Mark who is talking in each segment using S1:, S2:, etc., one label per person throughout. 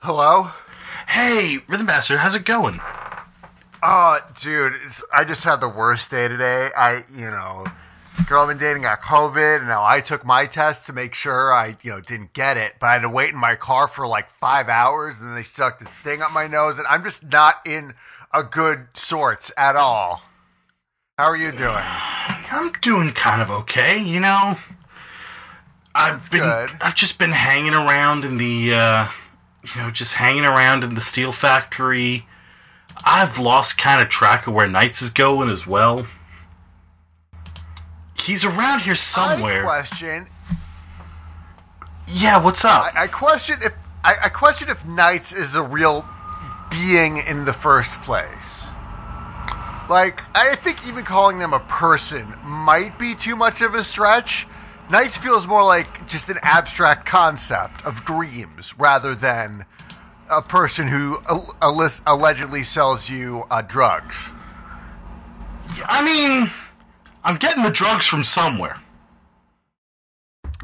S1: Hello?
S2: Hey, Rhythm Master, how's it going?
S1: Oh, dude, it's, I just had the worst day today. I, you know, girl I've been dating got COVID, and now I took my test to make sure I, you know, didn't get it. But I had to wait in my car for like five hours, and then they stuck the thing up my nose, and I'm just not in a good sorts at all. How are you doing?
S2: I'm doing kind of okay, you know. I've
S1: That's
S2: been
S1: good.
S2: I've just been hanging around in the uh, you know, just hanging around in the steel factory. I've lost kind of track of where Knights is going as well. He's around here
S1: I
S2: somewhere.
S1: question.
S2: yeah, what's up?
S1: I, I question if I, I question if Knights is a real being in the first place. Like, I think even calling them a person might be too much of a stretch. Knights feels more like just an abstract concept of dreams rather than a person who al- alle- allegedly sells you uh, drugs.
S2: I, mean, I'm getting the drugs from somewhere.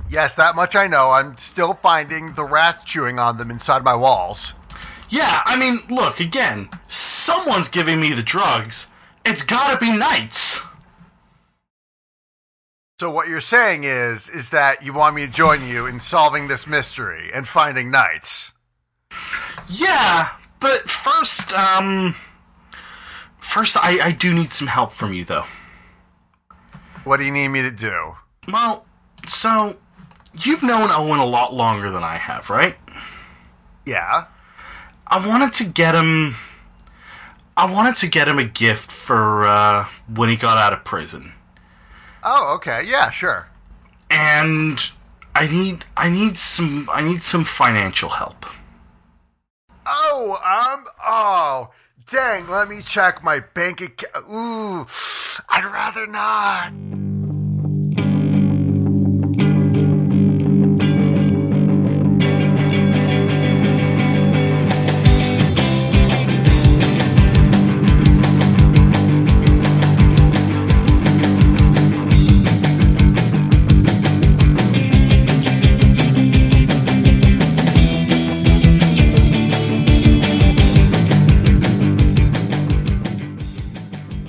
S1: Yes, that much I know. I'm still finding the rats chewing on them inside my walls.
S2: Yeah, I mean, look, again, someone's giving me the drugs. It's gotta be Knights.
S1: So what you're saying is is that you want me to join you in solving this mystery and finding knights.
S2: Yeah, but first, um, first I, I do need some help from you though.
S1: What do you need me to do?
S2: Well, so you've known Owen a lot longer than I have, right?
S1: Yeah.
S2: I wanted to get him. I wanted to get him a gift for uh, when he got out of prison,
S1: Oh, okay. Yeah, sure.
S2: and I need I need some I need some financial help.
S1: Oh, um oh, dang, let me check my bank account. Ooh, I'd rather not.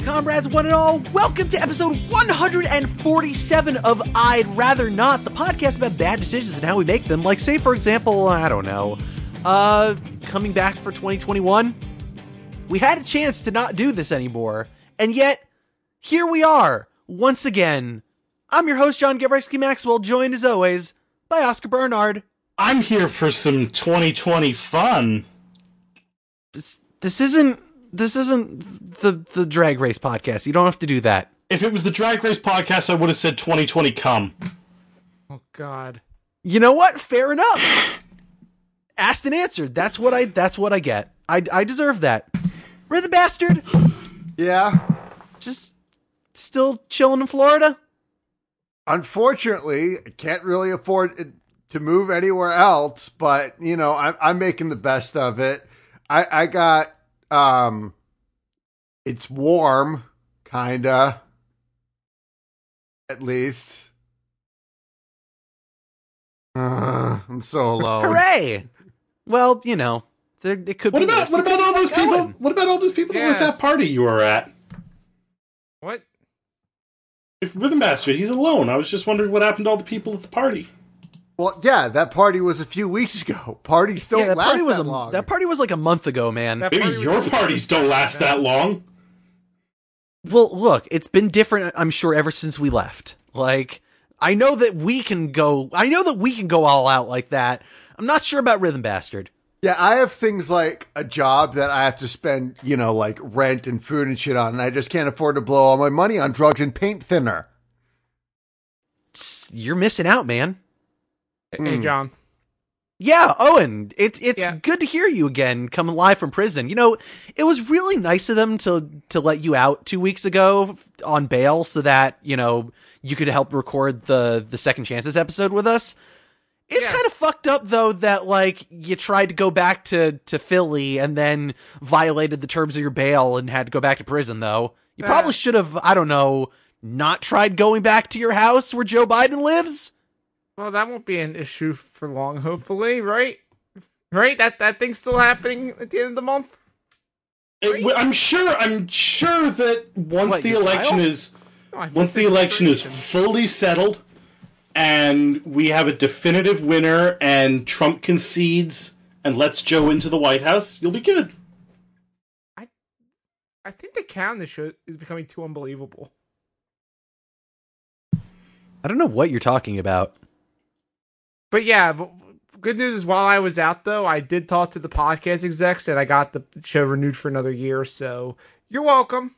S3: Comrades, one and all, welcome to episode 147 of I'd Rather Not, the podcast about bad decisions and how we make them. Like, say, for example, I don't know, uh, coming back for 2021, we had a chance to not do this anymore, and yet here we are once again. I'm your host, John Gavreski Maxwell, joined as always by Oscar Bernard.
S2: I'm here for some 2020 fun.
S3: This, this isn't this isn't the the drag race podcast. You don't have to do that.
S2: If it was the Drag Race podcast, I would have said 2020 come.
S4: Oh God.
S3: you know what? Fair enough. Asked and answered. That's what I. That's what I get. I. I deserve that. We're the bastard.
S1: Yeah.
S3: Just still chilling in Florida.
S1: Unfortunately, I can't really afford it- to move anywhere else, but you know, I'm I'm making the best of it. I I got um it's warm kinda at least. Ugh, Uh, I'm so alone.
S3: Hooray! Well, you know, there, it could
S2: What
S3: be.
S2: about
S3: worse.
S2: what
S3: It could
S2: about all
S3: be
S2: those people?
S3: going.
S2: What about all those people that were at that
S4: Yes.
S2: party you were at?
S4: What?
S2: If Rhythm Master, he's alone. I was just wondering what happened to all the people at the party.
S1: Well, yeah, that party was a few weeks ago. Parties don't
S3: Yeah, that
S1: last
S3: party was
S1: that
S3: a,
S1: long.
S3: that party was like a month ago, man.
S4: That
S2: Maybe
S4: party was
S2: your
S4: just-
S2: parties don't last that long.
S3: Well, look, it's been different. I'm sure ever since we left. Like, I know that we can go. I know that we can go all out like that. I'm not sure about Rhythm Bastard.
S1: Yeah, I have things like a job that I have to spend, you know, like rent and food and shit on, and I just can't afford to blow all my money on drugs and paint thinner.
S3: It's- you're missing out, man.
S4: Hey, John.
S3: Yeah, Owen, it's it's
S4: Yeah.
S3: good to hear you again coming live from prison. You know, it was really nice of them to to let you out 2 weeks ago on bail so that, you know, you could help record the the second chances episode with us. It's
S4: Yeah.
S3: kind of fucked up though that like you tried to go back to to Philly and then violated the terms of your bail and had to go back to prison though. You
S4: Uh.
S3: probably should have, I don't know, not tried going back to your house where Joe Biden lives.
S4: Well, that won't be an issue for long, hopefully, right? Right? That that thing's still happening at the end of the month.
S2: It, w- I'm sure. I'm sure that once
S3: What,
S2: the
S3: your
S2: election
S3: trial?
S2: is
S4: No, I
S2: once
S4: missed
S2: the
S4: it for
S2: election is
S4: reason.
S2: fully settled, and we have a definitive winner, and Trump concedes and lets Joe into the White House, you'll be good.
S4: I think the count in this show is becoming too unbelievable.
S3: I don't know what you're talking about.
S4: But yeah, but good news is while I was out though, I did talk to the podcast execs and I got the show renewed for another year. So you're welcome.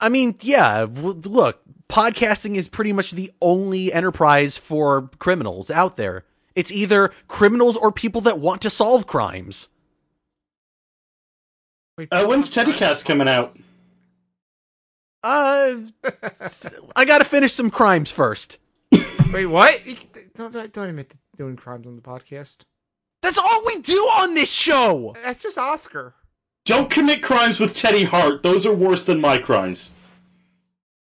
S3: I mean, yeah, w- look, podcasting is pretty much the only enterprise for criminals out there. It's either criminals or people that want to solve crimes.
S4: Wait,
S2: Uh, when's TeddyCast coming out?
S3: Uh, I gotta finish some crimes first.
S4: Wait, what? You, don't, don't, don't admit to doing crimes on the podcast.
S3: That's all we do on this show.
S4: That's just Oscar.
S2: Don't commit crimes with Teddy Hart. Those are worse than my crimes,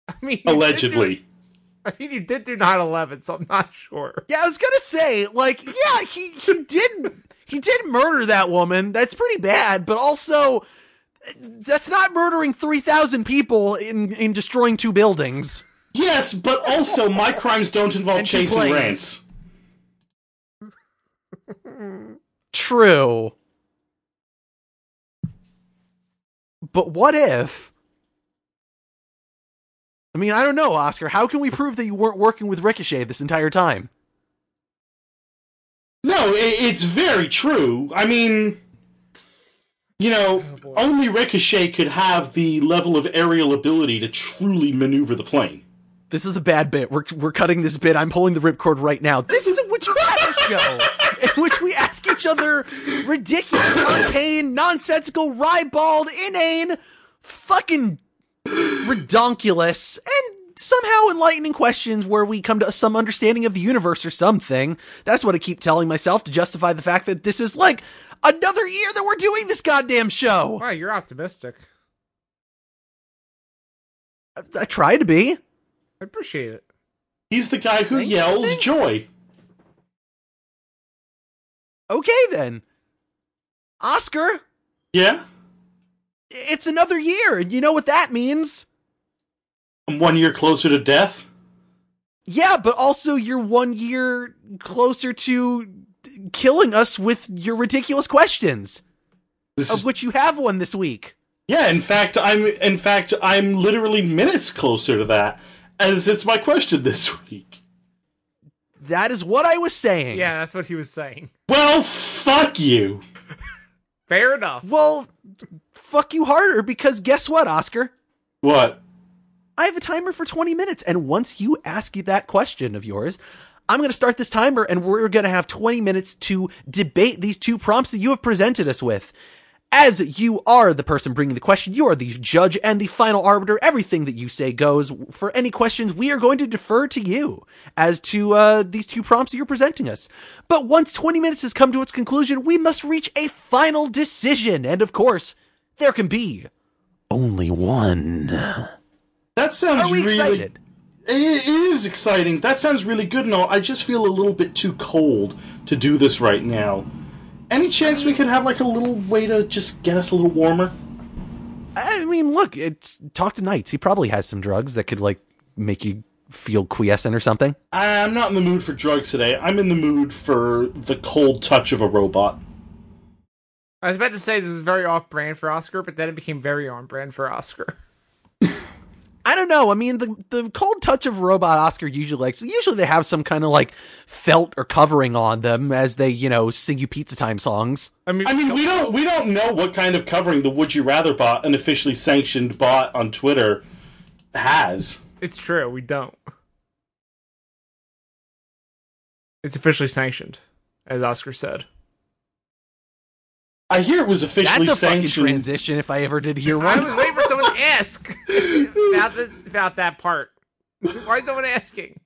S4: I mean, you did do-
S2: allegedly.
S4: I mean, you did do 9/11, so I'm not sure.
S3: Yeah, I was gonna say, like, yeah, he he did he did murder that woman. That's pretty bad, but also uh, that's not murdering three thousand people in in destroying two buildings.
S2: Yes, but also my crimes don't involve
S3: And
S2: chase and
S3: complaints.
S2: rants.
S3: True. But what if? I mean, I don't know, Oscar. How can we prove that you weren't working with Ricochet this entire time?
S2: No, i it's very true. I mean, you know,
S3: Oh,
S2: only Ricochet could have the level of aerial ability to truly maneuver the plane.
S3: This is a bad bit. We're, we're cutting this bit. I'm pulling the ripcord right now. This is a Would You Rather show in which we ask each other ridiculous, arcane, nonsensical, ribald, inane, fucking redonkulous, and somehow enlightening questions where we come to some understanding of the universe or something. That's what I keep telling myself to justify the fact that this is like another year that we're doing this goddamn show.
S4: Wow, you're optimistic.
S3: I, I try to be.
S4: I appreciate it.
S2: He's the guy who
S3: Thank you,
S2: yells
S3: thank
S2: joy.
S3: Okay then. Oscar,
S2: Yeah?
S3: it's another year, and you know what that means.
S2: I'm one year closer to death.
S3: Yeah, but also you're one year closer to killing us with your ridiculous questions,
S2: This
S3: of
S2: is,
S3: which you have one this week.
S2: yeah, in fact, I'm in fact I'm literally minutes closer to that as it's my question this week.
S3: That is what I was saying.
S4: Yeah, that's what he was saying.
S2: Well, fuck you.
S4: Fair enough.
S3: Well, fuck you harder because guess what, Oscar?
S2: What?
S3: I have a timer for 20 minutes, and once you ask you that question of yours, I'm going to start this timer, and we're going to have 20 minutes to debate these two prompts that you have presented us with. As you are the person bringing the question, you are the judge and the final arbiter. Everything that you say goes. For any questions, we are going to defer to you as to uh, these two prompts that you're presenting us. But once 20 minutes has come to its conclusion, we must reach a final decision. And of course, there can be only one.
S2: That sounds
S3: Are we
S2: really
S3: excited?
S2: It it is exciting. That sounds really good and all. I just feel a little bit too cold to do this right now. Any chance we could have like a little way to just get us a little warmer?
S3: I mean, look, it's talk to Knights. He probably has some drugs that could like make you feel quiescent or something.
S2: I'm not in the mood for drugs today. I'm in the mood for the cold touch of a robot.
S4: I was about to say this was very off-brand for Oscar, but then it became very on-brand for Oscar.
S3: I don't know. I mean, the the cold touch of robot Oscar usually likes. Usually they have some kind of like felt or covering on them as they you know sing you pizza time songs.
S4: I mean,
S2: I mean, we don't we don't know what kind of covering the Would You Rather bot, an officially sanctioned bot on Twitter, has.
S4: it's true. We don't. It's officially sanctioned, as Oscar said.
S2: I hear it was officially
S3: That's a fucking
S2: sanctioned.
S3: transition. If I ever did hear
S4: I
S3: one,
S4: was waiting for someone to ask about, the, about that part. Why is no one asking?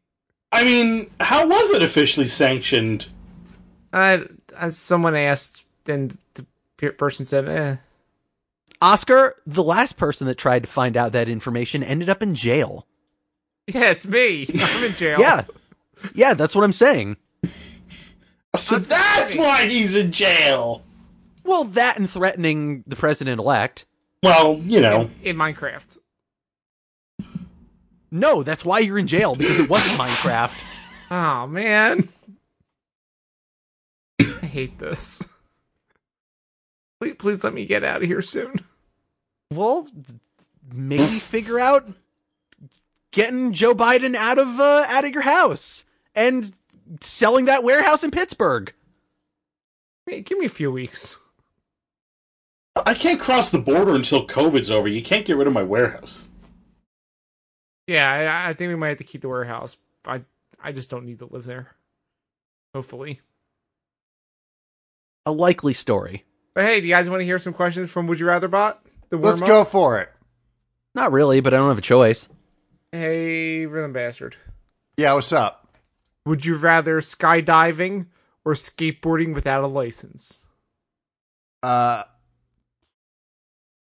S2: I mean, how was it officially sanctioned?
S4: I, I someone asked, and the pe- person said, "Eh."
S3: Oscar, the last person that tried to find out that information, ended up in jail.
S4: Yeah, it's me. I'm in jail.
S3: Yeah, yeah, that's what I'm saying.
S2: So that's why he's in jail.
S3: Well, that and threatening the president elect.
S2: Well, you know,
S4: in, in Minecraft.
S3: No, that's why you're in jail because it wasn't Minecraft.
S4: Oh man, I hate this. Please, please let me get out of here soon.
S3: Well, d- maybe figure out getting Joe Biden out of uh, out of your house and selling that warehouse in Pittsburgh.
S4: Hey, Give me a few weeks.
S2: I can't cross the border until COVID's over. You can't get rid of my warehouse.
S4: Yeah, I, I think we might have to keep the warehouse. I I just don't need to live there. Hopefully.
S3: A likely story.
S4: But hey, do you guys want to hear some questions from Would You Rather Bot? The
S5: Let's
S4: warm-up?
S5: go for it.
S3: Not really, but I don't have a choice.
S4: Hey, rhythm bastard.
S5: Yeah, what's up?
S4: Would you rather skydiving or skateboarding without a license?
S5: Uh,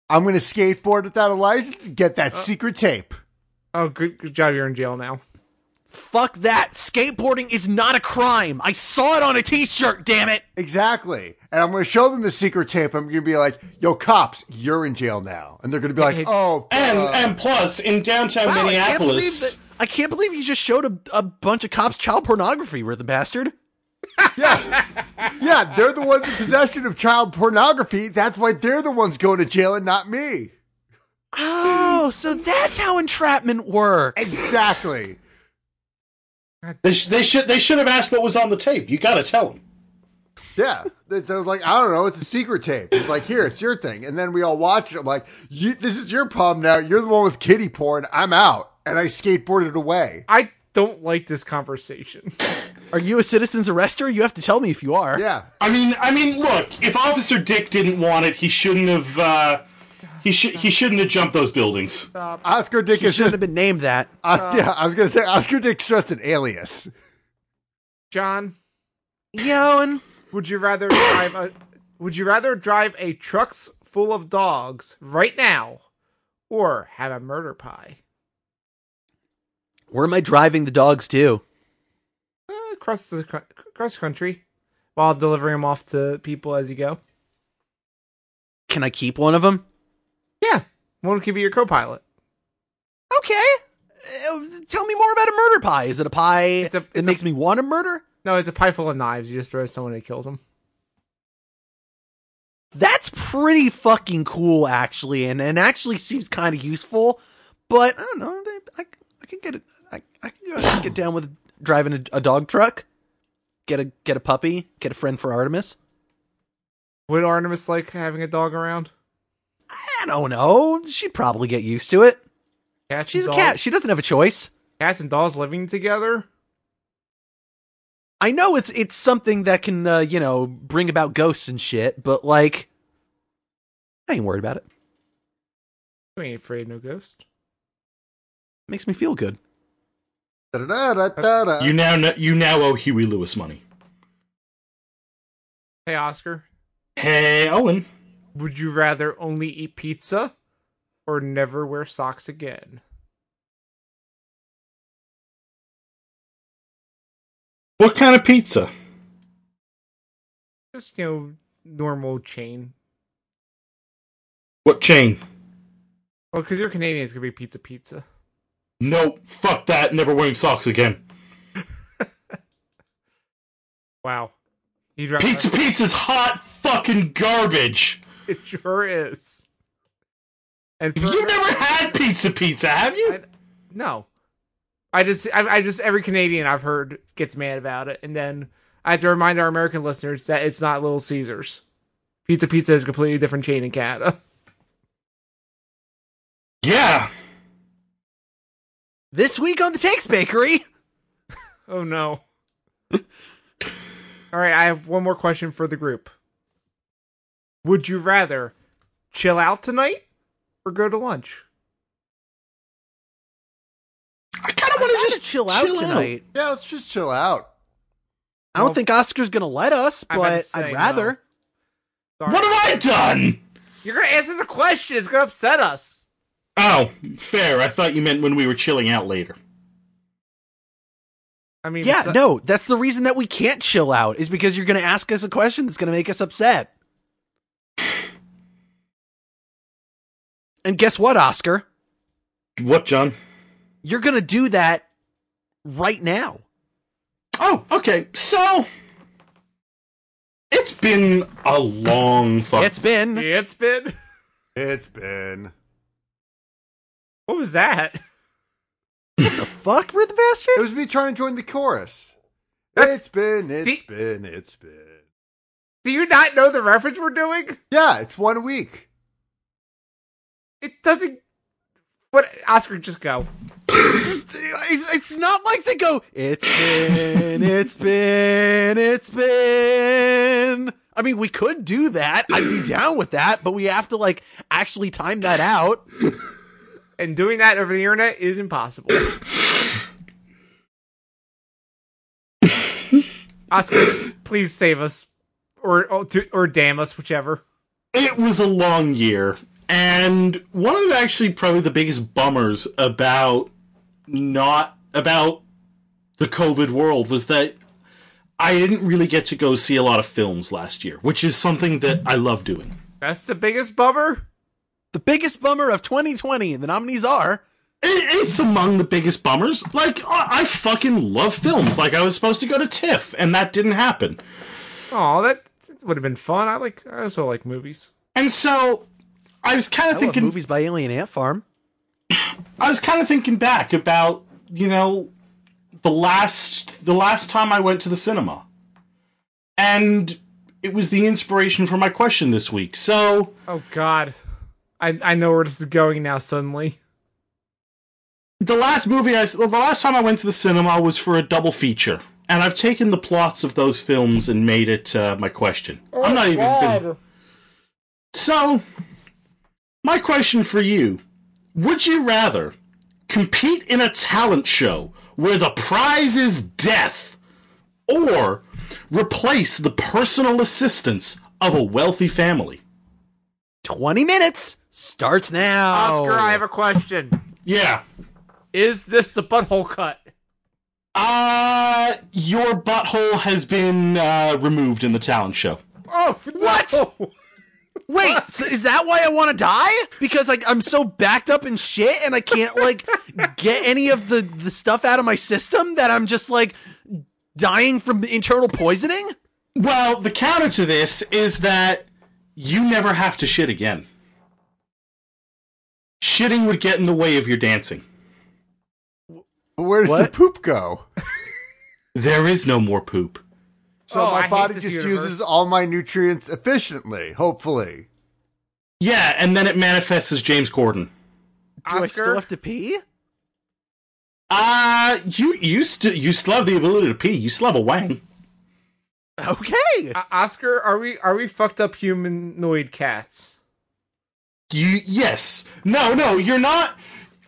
S5: I'm going to skateboard without a license and get that secret tape.
S4: Oh, good, good job. You're in jail now.
S3: Fuck that. Skateboarding is not a crime. I saw it on a t-shirt, damn it.
S5: Exactly. And I'm going to show them the secret tape. I'm going to be like, yo, cops, you're in jail now. And they're going to be like, oh,
S2: And
S5: uh,
S2: and plus, in downtown
S3: Wow, I can't believe
S2: Minneapolis,
S3: that I can't believe you just showed a, a bunch of cops child pornography, rhythm bastard.
S5: yeah. yeah, they're the ones in possession of child pornography. That's why they're the ones going to jail and not me.
S3: Oh, so that's how entrapment works.
S5: Exactly.
S2: they, sh- they should they should have asked what was on the tape. You got to tell them.
S5: Yeah. They- They're like, I don't know. It's a secret tape. It's like, here, it's your thing. And then we all watch it. I'm like, you, this is your problem now. You're the one with kitty porn. I'm out. And I skateboarded away.
S4: I don't like this conversation.
S3: Are you a citizen's arrester? You have to tell me if you are.
S5: Yeah.
S2: I mean, I mean, look, if Officer Dick didn't want it, he shouldn't have. Uh, he should he shouldn't have jumped those buildings.
S5: Oscar Dick
S3: You
S5: is
S3: shouldn't
S5: just.
S3: have been named that.
S5: Os- yeah, I was going to say, Oscar Dick's just an alias.
S4: John,
S3: Yo, and
S4: would you rather drive a would you rather drive a trucks full of dogs right now or have a murder pie?
S3: where am I driving the dogs to?
S4: Uh, across the co- across the country while delivering them off to people as you go.
S3: Can I keep one of them?
S4: Yeah. One could be your co-pilot.
S3: Okay. Uh, tell me more about a murder pie. Is it a pie
S4: It's a-
S3: that
S4: it's
S3: makes me want to murder?
S4: No, it's a pie full of knives. You just throw someone and it kills them.
S3: That's pretty fucking cool, actually, and, and actually seems kind of useful. But I don't know. They, I, I can get it. I, I can go- get down with driving a, a dog truck. Get a get a puppy. Get a friend for Artemis.
S4: Would Artemis like having a dog around?
S3: I don't know. She'd probably get used to it.
S4: Cats
S3: She's a
S4: and
S3: cat.
S4: dolls-
S3: She doesn't have a choice.
S4: Cats and dolls living together.
S3: I know it's it's something that can uh, you know bring about ghosts and shit, but like, I ain't worried about it.
S4: You ain't afraid of no ghost.
S3: Makes me feel good.
S5: Da-da-da-da-da.
S2: You now know, you now owe Huey Lewis money.
S4: Hey Oscar,
S2: Hey, Owen.
S4: would you rather only eat pizza or never wear socks again?
S2: What kind of pizza?
S4: Just you know, normal chain.
S2: What chain?
S4: Well, because you're Canadian, it's gonna be pizza pizza.
S2: Nope. Fuck that. Never wearing socks again.
S4: Wow, you'd rather
S2: Pizza pizza's hot fucking garbage.
S4: It sure is. And for,
S2: You've never had pizza pizza, have you?
S4: I- no, I just I, I just every Canadian I've heard gets mad about it, and then I have to remind our American listeners that it's not Little Caesars. Pizza pizza is a completely different chain in Canada.
S2: Yeah.
S3: This week on the Takes Bakery,
S4: Oh no. All right, I have one more question for the group. Would you rather chill out tonight or go to lunch?
S2: I kind of
S3: I
S2: want to
S3: gotta
S2: just
S3: chill out tonight.
S5: Yeah, let's just chill out.
S3: I don't
S4: Well,
S3: think Oscar's gonna let us,
S4: I'm about to
S3: but
S4: say
S3: I'd rather.
S4: no. Sorry.
S2: What have I done?
S4: You're gonna ask us a question. It's gonna upset us.
S2: Oh, fair. I thought you meant when we were chilling out later.
S4: I mean,
S3: Yeah,
S4: it's-
S3: no, that's the reason that we can't chill out is because you're going to ask us a question that's going to make us upset. And guess what, Oscar?
S2: What, John?
S3: You're going to do that right now.
S2: Oh, okay. So it's been a long fuck.
S3: It's been
S4: it's been.
S5: It's been.
S4: What was that?
S3: fuck with the
S5: It
S3: bastard.
S5: was me trying to join the chorus.
S4: That's-
S5: it's been, It's
S4: See-
S5: been, it's been.
S4: Do you not know the reference we're doing?
S5: Yeah, it's one week.
S4: It doesn't. What Oscar? Just go.
S3: This is, it's, it's not like they go. It's been, it's been, it's been. I mean, we could do that. I'd be down with that, but we have to like actually time that out.
S4: And doing that over the internet is impossible. Oscar, just please save us, or or, to- or damn us, whichever.
S2: it was a long year. And one of the actually probably the biggest bummers about not about the COVID world was that I didn't really get to go see a lot of films last year, which is something that I love doing.
S4: That's the biggest bummer.
S3: The biggest bummer of 2020, and the nominees are.
S2: It, it's among the biggest bummers. Like I, I fucking love films. Like I was supposed to go to TIFF, and that didn't happen.
S4: Oh, that, that would have been fun. I like. I also like movies.
S2: And so I was kind
S3: I
S2: of thinking.
S3: love movies by Alien Ant Farm.
S2: I was kind of thinking back about you know the last the last time I went to the cinema, and it was the inspiration for my question this week. So
S4: Oh God, I I know where this is going now. Suddenly,
S2: the last movie I s- the last time I went to the cinema was for a double feature, and I've taken the plots of those films and made it uh, my question.
S4: Oh,
S2: I'm not even. gonna- So, my question for you Would you rather compete in a talent show where the prize is death or replace the personal assistance of a wealthy family?
S3: 20 minutes starts now.
S4: Oscar, I have a question.
S2: Yeah.
S4: Is this the butthole cut?
S2: Uh, your butthole has been uh, removed in the talent show.
S4: Oh,
S3: What? Wait, so is that why I want to die? Because like I'm so backed up in shit and I can't like get any of the the stuff out of my system that I'm just like dying from internal poisoning?
S2: Well, the counter to this is that you never have to shit again. Shitting would get in the way of your dancing.
S5: But where does
S3: What?
S5: the poop go?
S2: There is no more poop.
S5: So
S4: Oh, I
S5: my
S4: hate
S5: body
S4: this
S5: just
S4: universe.
S5: uses all my nutrients efficiently, hopefully.
S2: Yeah, and then it manifests as James Corden.
S3: Do I still
S4: Oscar,
S3: have to pee?
S2: Uh you you still you still have the ability to pee. You still have a wang.
S3: Okay.
S4: O- Oscar, are we are we fucked up humanoid cats?
S2: You yes. No, no, you're not.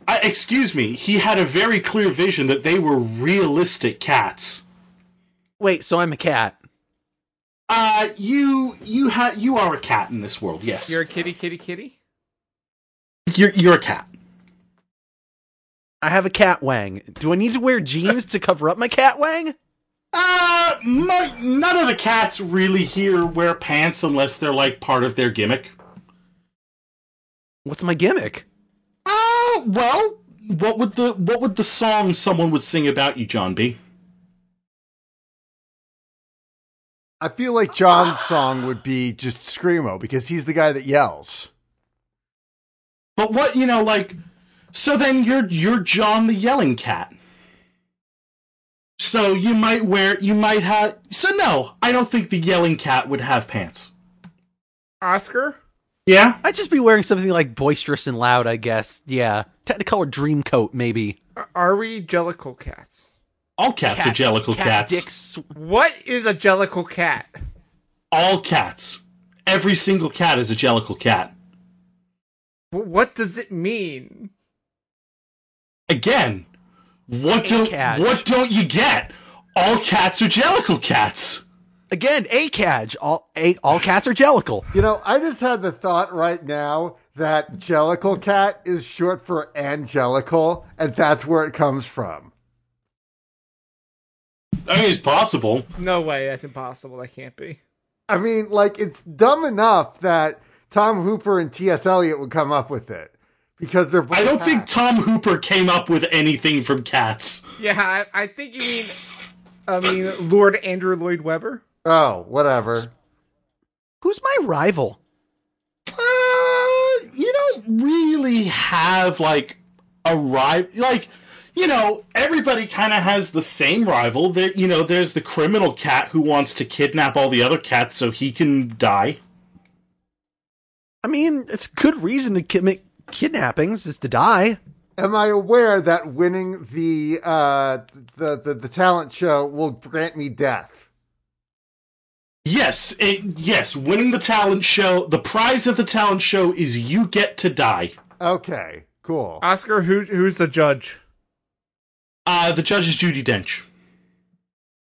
S2: Uh, excuse me. He had a very clear vision that they were realistic cats.
S3: Wait, so I'm a cat.
S2: Uh you you ha- you are a cat in this world. Yes.
S4: You're a kitty, kitty, kitty.
S2: you're, you're a cat.
S3: I have a cat wang. Do I need to wear jeans to cover up my cat wang?
S2: Uh, mo- none of the cats really here wear pants unless they're like part of their gimmick.
S3: What's my gimmick?
S2: Uh, well, what would the what would the song someone would sing about you, John B?
S5: I feel like John's song would be just Screamo because he's the guy that yells.
S2: But what you know, like, so then you're you're John the Yelling Cat. So you might wear you might have so no, I don't think the Yelling Cat would have pants.
S4: Oscar,
S2: Yeah,
S3: I'd just be wearing something like boisterous and loud, I guess. Yeah. Technicolor dream coat, maybe.
S4: a- are we jellicle cats?
S2: all cats are jellicle cats.
S3: Dick sw-
S4: What is a jellicle cat?
S2: All cats, every single cat is a jellicle cat.
S4: Wh- What does it mean?
S2: again, what
S3: A
S2: do
S3: cat.
S2: what don't you get? All cats are jellicle cats.
S3: Again, a cage. All a, all cats are jellical.
S5: You know, I just had the thought right now that Jellicle Cat is short for Angelical, and that's where it comes from.
S2: I mean, it's possible.
S4: No way, that's impossible. That can't be.
S1: I mean, like it's dumb enough that Tom Hooper and T.S. Eliot would come up with it because they're. both
S2: I don't think
S1: hacks.
S2: Tom Hooper came up with anything from Cats.
S4: Yeah, I, I think you mean. I mean, Lord Andrew Lloyd Webber.
S1: oh, whatever.
S3: Who's my rival?
S2: Uh, you don't really have like a rival. Like, you know, everybody kind of has the same rival. That you know, there's the criminal cat who wants to kidnap all the other cats so he can die.
S3: I mean, it's good reason to commit kidnappings is to die.
S1: Am I aware that winning the uh the the, the talent show will grant me death?
S2: Yes, it, yes. Winning the talent show, the prize of the talent show is you get to die.
S1: Okay, cool.
S4: Oscar, who who's the judge?
S2: Uh, the judge is Judy Dench.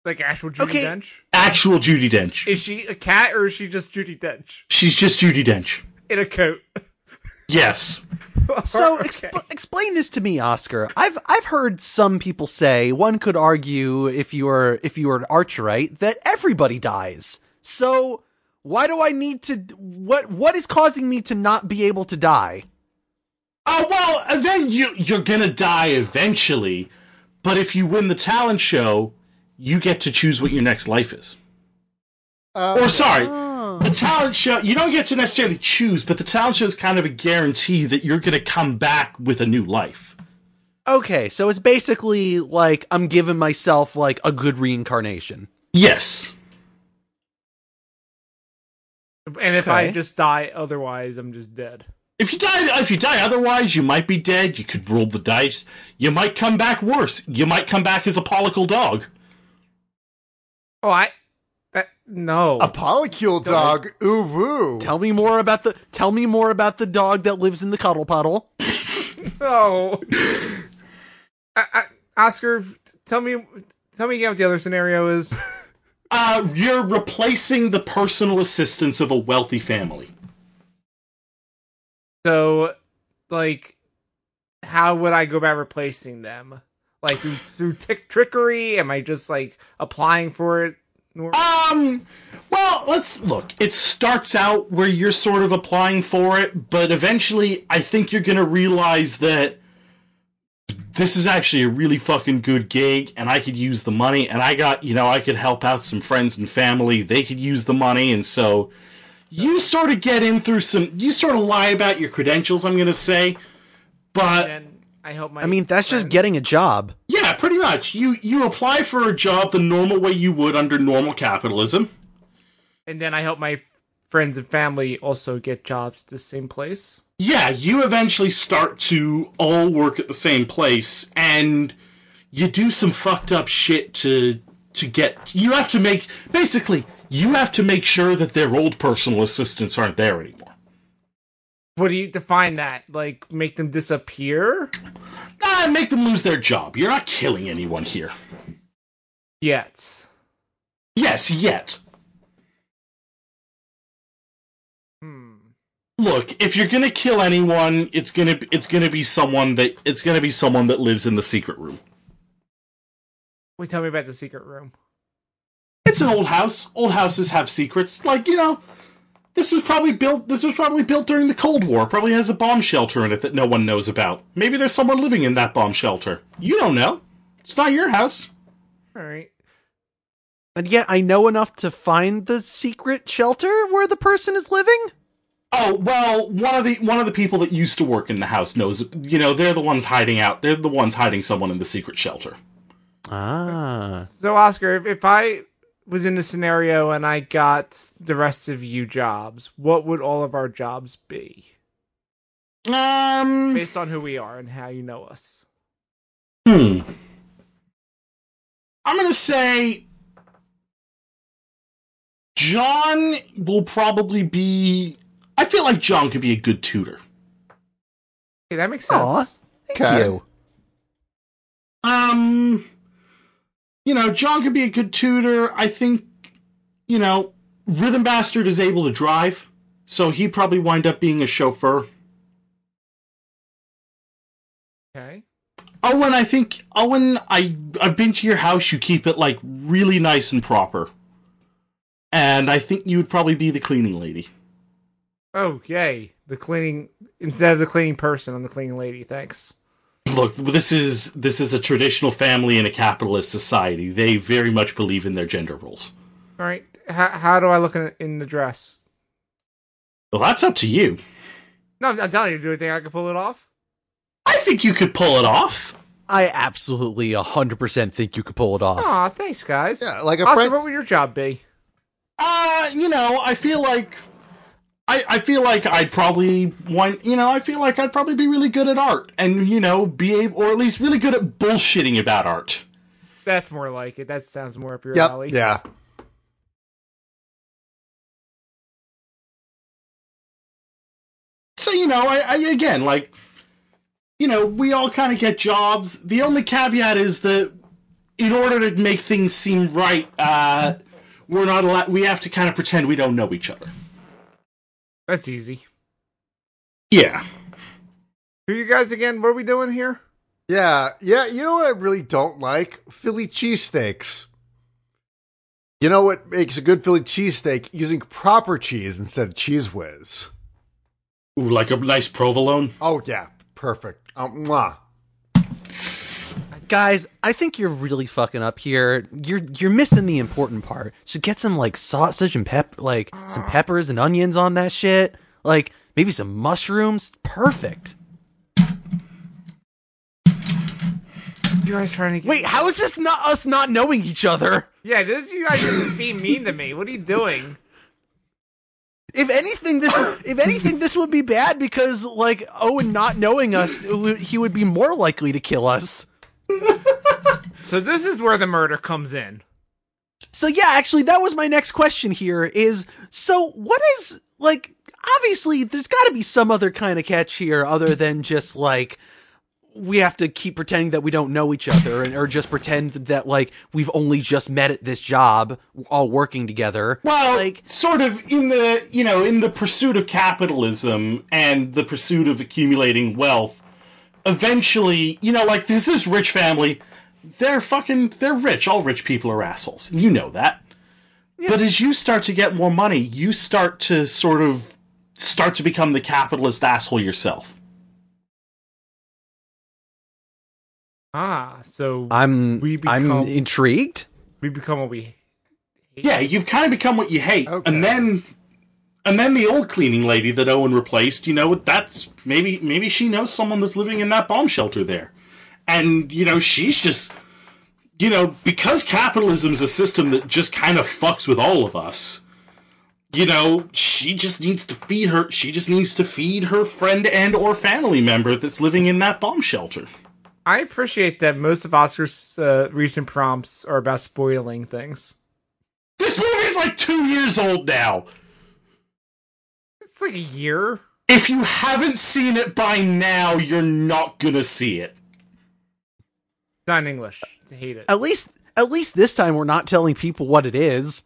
S4: Like actual Judy
S3: Okay.
S4: Dench?
S2: Actual Judy Dench.
S4: Is she a cat or is she just Judy Dench
S2: She's just Judy Dench.
S4: in a coat?
S2: Yes.
S3: So
S4: Oh, Okay.
S3: expl- explain this to me, Oscar. I've I've heard some people say one could argue if you are if you are an archerite that everybody dies. So why do I need to? What what is causing me to not be able to die?
S2: Oh well, then you you're gonna die eventually. But if you win the talent show, you get to choose what your next life is.
S1: Uh,
S2: Or sorry, the talent show you don't get to necessarily choose, but the talent show is kind of a guarantee that you're gonna come back with a new life.
S3: Okay, so it's basically like I'm giving myself like a good reincarnation.
S2: Yes.
S4: And if I
S3: Okay.
S4: just die otherwise, I'm just dead.
S2: If you die, if you die otherwise, you might be dead. You could roll the dice. You might come back worse. You might come back as a pollicle dog.
S4: Oh, I. That, no.
S1: a polycule dog. Ooh woo.
S3: Tell me more about the tell me more about the dog that lives in the cuddle puddle.
S4: No. I, I, Oscar, tell me, tell me again what the other scenario is.
S2: Uh, you're replacing the personal assistance of a wealthy family.
S4: So, like, how would I go about replacing them? Like through, through tick trickery? Am I just like applying for it? Nor-
S2: Um, well, let's look. It starts out where you're sort of applying for it, but eventually I think you're going to realize that this is actually a really fucking good gig and I could use the money and I got, you know, I could help out some friends and family. They could use the money and so you sort of get in through some you sort of lie about your credentials, I'm going to say. But
S4: And I hope my.
S3: I mean, that's just getting a job.
S2: yeah, pretty much. You you apply for a job the normal way you would under normal capitalism.
S4: And then I hope my friends and family also get jobs at the same place.
S2: yeah, you eventually start to all work at the same place, and you do some fucked up shit to to get. You have to make basically you have to make sure that their old personal assistants aren't there anymore.
S4: What do you define that? Like make them disappear?
S2: Ah, make them lose their job. You're not killing anyone here.
S4: Yet.
S2: Yes, yet.
S4: Hmm.
S2: Look, if you're gonna kill anyone, it's gonna it's gonna be someone that it's gonna be someone that lives in the secret room.
S4: Wait, tell me about the secret room.
S2: it's an old house. Old houses have secrets. Like you know, this was probably built. This was probably built during the Cold War. Probably has a bomb shelter in it that no one knows about. Maybe there's someone living in that bomb shelter. You don't know. It's not your house.
S4: All right.
S3: And yet I know enough to find the secret shelter where the person is living?
S2: Oh well, one of the one of the people that used to work in the house knows. You know, they're the ones hiding out. They're the ones hiding someone in the secret shelter.
S3: Ah.
S4: So Oscar, if, if I was in a scenario and I got the rest of you jobs, what would all of our jobs be?
S2: Um.
S4: Based on who we are and how you know us.
S2: Hmm. I'm gonna say John will probably be. I feel like John could be a good tutor.
S4: Okay, that makes sense.
S3: Aw.
S1: Okay.
S3: Thank you.
S2: Um, you know, John could be a good tutor. I think, you know, Rhythm Bastard is able to drive, so he'd probably wind up being a chauffeur.
S4: Okay.
S2: Owen, I think Owen, I I've been to your house. You keep it like really nice and proper, and I think you would probably be the cleaning lady.
S4: Oh, yay. The cleaning, instead of the cleaning person, I'm the cleaning lady. Thanks.
S2: Look, this is this is a traditional family in a capitalist society. They very much believe in their gender roles.
S4: All right. How, how do I look in, in the dress?
S2: Well, that's up to you.
S4: No, I'm not telling you. Do you think I can pull it off?
S2: I think you could pull it off.
S3: I absolutely 100% think you could pull it off.
S4: Aw, thanks, guys.
S5: Yeah, like a
S4: Oscar,
S5: friend-
S4: what would your job be?
S2: Uh, you know, I feel like I, I feel like I'd probably want you know, I feel like I'd probably be really good at art and you know, be able or at least really good at bullshitting about art.
S4: That's more like it. That sounds more up your
S5: Yep.
S4: alley.
S5: Yeah.
S2: So, you know, I, I again like you know, we all kind of get jobs. The only caveat is that in order to make things seem right, uh we're not allowed we have to kind of pretend we don't know each other.
S4: That's easy.
S2: Yeah.
S4: Who are you guys again? What are we doing here?
S5: Yeah. Yeah. You know what I really don't like? Philly cheesesteaks. You know what makes a good Philly cheesesteak? Using proper cheese instead of cheese whiz.
S2: Ooh, like a nice provolone.
S5: Oh, yeah. Perfect. Um, mwah.
S3: Guys, I think you're really fucking up here. You're you're missing the important part. Should get some like sausage and pep like some peppers and onions on that shit. Like maybe some mushrooms. Perfect.
S4: You guys trying to get...
S3: Wait, how is this not us not knowing each other?
S4: Yeah, this you guys are just being mean to me. What are you doing?
S3: If anything, this is if anything, this would be bad because like Owen not knowing us, it would- he would be more likely to kill us.
S4: So this is where the murder comes in.
S3: So yeah, actually, that was my next question. Here is so what is like obviously there's got to be some other kind of catch here other than just like we have to keep pretending that we don't know each other and or just pretend that like we've only just met at this job all working together.
S2: Well,
S3: like
S2: sort of in the you know in the pursuit of capitalism and the pursuit of accumulating wealth. Eventually, you know, like there's this rich family. They're fucking. They're rich. All rich people are assholes. You know that. But as you start to get more money, you start to sort of start to become the capitalist asshole yourself.
S4: Ah, so
S3: I'm
S4: We become-
S3: I'm intrigued.
S4: we become what we.
S2: Yeah, you've kind of become what you hate,
S5: Okay.
S2: and then, and then the old cleaning lady that Owen replaced. You know, that's maybe maybe she knows someone that's living in that bomb shelter there, and you know she's just, you know, because capitalism's a system that just kind of fucks with all of us. You know, she just needs to feed her. She just needs to feed her friend and or family member that's living in that bomb shelter.
S4: I appreciate that most of Oscar's uh, recent prompts are about spoiling things.
S2: This movie's like two years old now.
S4: It's like a year.
S2: if you haven't seen it by now, you're not gonna see it.
S4: It's not in English. I hate it.
S3: At least at least this time we're not telling people what it is.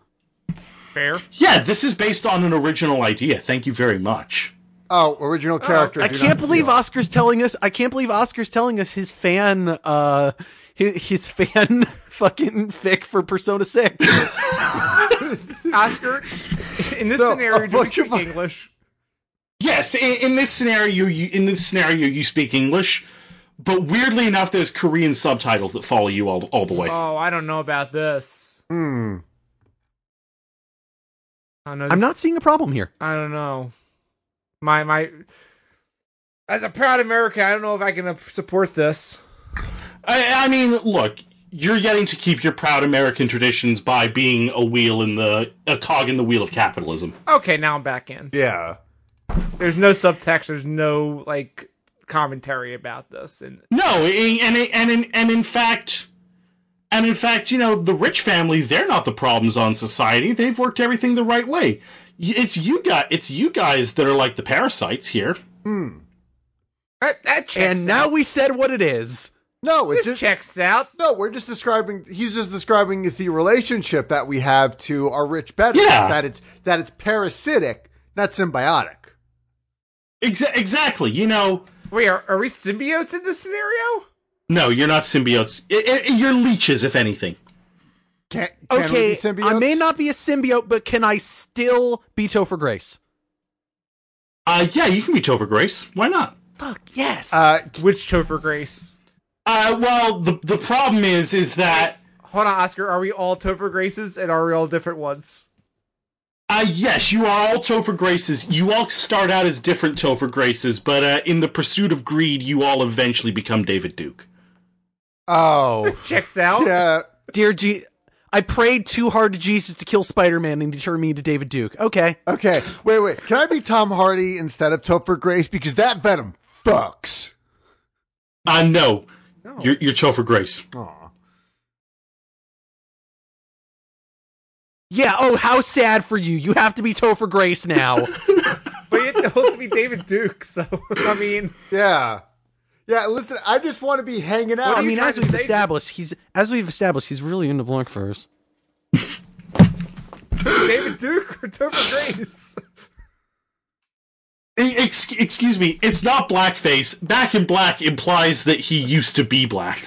S4: Fair.
S2: Yeah, this is based on an original idea. Thank you very much.
S5: Oh, original character.
S3: I
S5: do
S3: can't
S5: not
S3: believe
S5: steal.
S3: Oscar's telling us. I can't believe Oscar's telling us his fan, uh, his, his fan fucking fic for Persona Six.
S4: Oscar, in this
S5: So,
S3: uh,
S4: scenario,
S5: a
S4: do we
S5: bunch of
S4: speak
S5: my-
S4: English?
S2: Yes, in, in this scenario, you in this scenario you speak English, but weirdly enough, there's Korean subtitles that follow you all all the way.
S4: Oh, I don't know about this.
S5: Hmm.
S4: I don't know.
S3: I'm
S4: this-
S3: not seeing a problem here.
S4: I don't know. My my. As a proud American, I don't know if I can uh, support this.
S2: I, I mean, look, you're getting to keep your proud American traditions by being a wheel in the a cog in the wheel of capitalism.
S4: Okay, now I'm back in.
S5: Yeah.
S4: There's no subtext. There's no like commentary about this, and
S2: No, i- and i- and in, and in fact, and in fact, you know, the rich family—they're not the problems on society. They've worked everything the right way. Y- It's you guys. It's you guys that are like the parasites here.
S4: that, that checks
S3: And now
S4: out.
S3: we said what it is.
S5: No, it
S4: this
S5: just
S4: checks out.
S5: no. We're just describing. He's just describing the relationship that we have to our rich betters.
S2: Yeah.
S5: That it's that it's parasitic, not symbiotic.
S2: Exa- exactly. You know,
S4: Wait, are, are we symbiotes in this scenario?
S2: No, you're not symbiotes. I- I- you're leeches, if anything.
S1: Can, can we
S3: Okay,
S1: be symbiotes?
S3: I may not be a symbiote, but can I still be Topher Grace?
S2: Uh, yeah, you can be Topher Grace. Why not?
S3: Fuck yes.
S1: Uh,
S4: Which Topher Grace?
S2: Uh, well, the the problem is, is that
S4: Hold on, Oscar. Are we all Topher Graces and are we all different ones?
S2: Uh, yes, you are all Topher Graces. You all start out as different Topher Graces, but uh, in the pursuit of greed, you all eventually become David Duke.
S1: oh,
S4: Checks out.
S1: yeah.
S3: Dear G, I prayed too hard to Jesus to kill Spider-Man and he turned me to David Duke. Okay.
S1: Okay, wait, wait. Can I be Tom Hardy instead of Topher Grace because that Venom fucks?
S2: Uh, no, You're, you're Topher Grace.
S1: Aw.
S3: Yeah. Oh, how sad for you. You have to be Topher Grace now.
S4: But it's supposed to be David Duke, so I mean,
S1: Yeah, yeah. Listen, I just want to be hanging out.
S3: I mean,
S4: trying
S3: as
S4: to
S3: we've
S4: say?
S3: established, he's as we've established, he's really into black furs.
S4: David Duke or Topher Grace?
S2: E- ex- excuse me, it's not blackface. Back in black implies that he used to be black.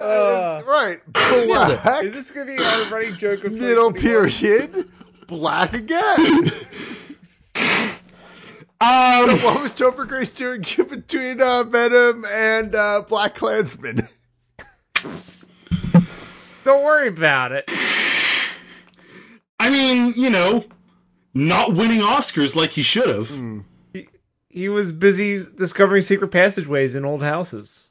S1: right? Black
S4: Is this gonna be our running joke of
S1: middle
S4: 2021?
S1: period, black again.
S2: Um,
S1: what was Topher Grace doing between uh, Venom and uh, Black Klansman?
S4: Don't worry about it.
S2: I mean, you know, not winning Oscars like he should have.
S4: He was busy discovering secret passageways in old houses.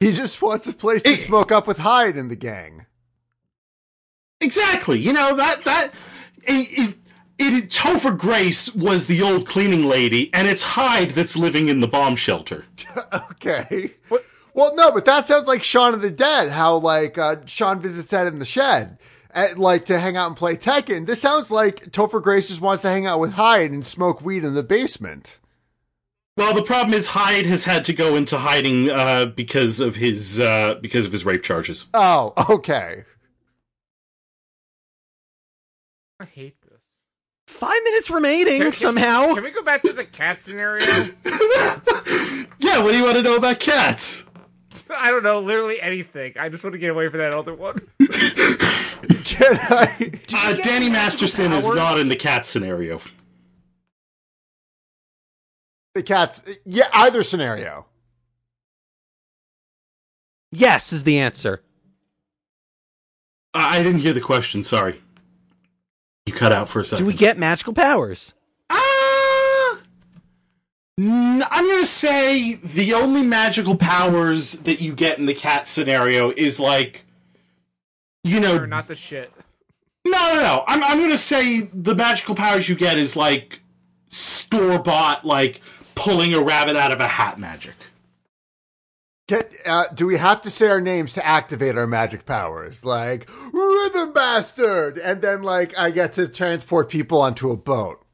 S1: He just wants a place to smoke up with Hyde and the gang.
S2: Exactly. You know that that it, it, it Topher Grace was the old cleaning lady, and it's Hyde that's living in the bomb shelter.
S1: Okay. Well, no, but that sounds like Shaun of the Dead. How like uh, Sean visits Ed in the shed, at, like to hang out and play Tekken. This sounds like Topher Grace just wants to hang out with Hyde and smoke weed in the basement.
S2: Well, the problem is Hyde has had to go into hiding uh, because of his uh, because of his rape charges.
S1: Oh, okay.
S4: I hate this.
S3: Five minutes remaining somehow.
S4: Can we go back to the cat scenario?
S2: Yeah, what do you want to know about cats?
S4: I don't know, literally anything. I just want to get away from that other one.
S1: Can I?
S2: Uh, Danny Masterson is not in the cat scenario.
S1: The cats. Yeah, either scenario.
S3: Yes is the answer.
S2: I I didn't hear the question. Sorry, you cut out for a
S3: Do
S2: second.
S3: we get magical powers?
S2: Ah! N- I'm gonna say the only magical powers that you get in the cat scenario is like, you know,
S4: Or not the shit.
S2: no, no, no. I'm I'm gonna say the magical powers you get is like store bought, like pulling a rabbit out of a hat magic.
S1: Get, uh, do we have to say our names to activate our magic powers? Like Rhythm Bastard, and then like I get to transport people onto a boat.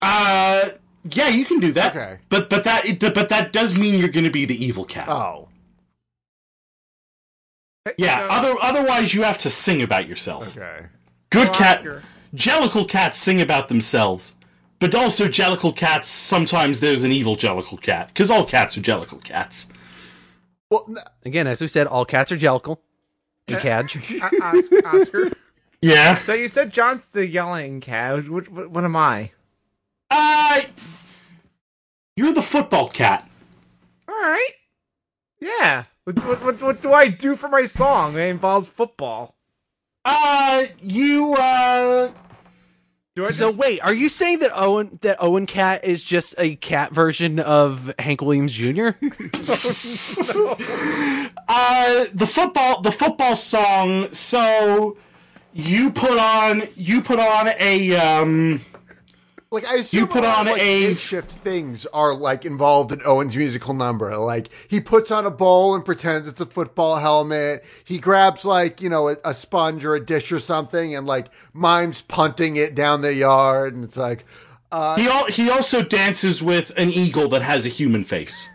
S2: Uh, yeah, you can do that.
S1: Okay.
S2: But but that it, but that does mean you're gonna be the evil cat.
S1: Oh,
S2: yeah.
S4: So-
S2: Other otherwise you have to sing about yourself.
S1: okay.
S2: Good
S4: Oh,
S2: cat.
S4: Oscar.
S2: Jellicle cats sing about themselves, but also Jellicle cats. Sometimes there's an evil Jellicle cat, because all cats are Jellicle cats.
S1: Well, n-
S3: Again, as we said, all cats are jellical. And cadge.
S4: O- Os- Oscar.
S2: Yeah.
S4: So you said John's the yelling cat. What, what, what am I?
S2: Uh, you're the football cat.
S4: All right. Yeah. What, what, what, what do I do for my song? It involves football.
S2: Uh, you uh.
S4: Do I just,
S3: So wait, are you saying that Owen that Owen Cat is just a cat version of Hank Williams Jr.?
S2: Uh, the football, the football song. So, you put on, you put on a um.
S1: Like I assume
S2: You put
S1: a lot of,
S2: on
S1: like,
S2: a-
S1: makeshift things are like involved in Owen's musical number. Like he puts on a bowl and pretends it's a football helmet. He grabs like you know a, a sponge or a dish or something and like mimes punting it down the yard, and it's like
S2: He al- he also dances with an eagle that has a human face.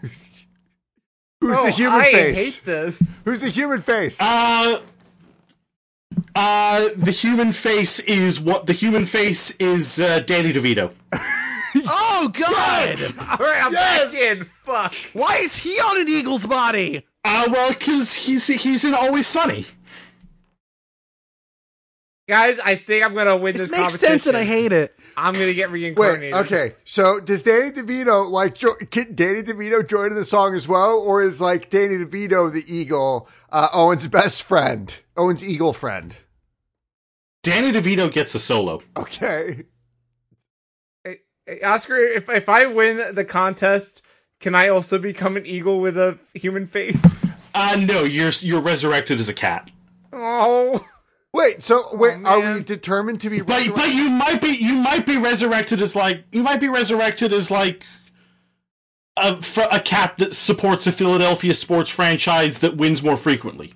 S1: who's
S4: oh,
S1: the human
S4: I
S1: face?
S4: hate this.
S1: Who's the human face?
S2: Uh, uh, the human face is what the human face is uh, Danny DeVito.
S3: Oh God!
S4: All right, I'm back in. Fuck.
S3: Why is he on an eagle's body?
S2: Uh, well, because he's he's in Always Sunny.
S4: Guys, I think I'm gonna win this.
S3: This makes sense, and I
S4: competition.
S3: hate it.
S4: I'm gonna get
S1: Wait,
S4: reincarnated.
S1: okay. So does Danny DeVito like jo- can Danny DeVito join in the song as well, or is like Danny DeVito the eagle, uh, Owen's best friend, Owen's eagle friend?
S2: Danny DeVito gets a solo.
S1: Okay.
S4: Hey, Oscar, if if I win the contest, can I also become an eagle with a human face?
S2: Uh, no, you're you're resurrected as a cat.
S4: Oh,
S1: Wait. So wait, are we
S4: man.
S1: determined to be?
S2: But but you might be you might be resurrected as like you might be resurrected as like a fr- a cat that supports a Philadelphia sports franchise that wins more frequently.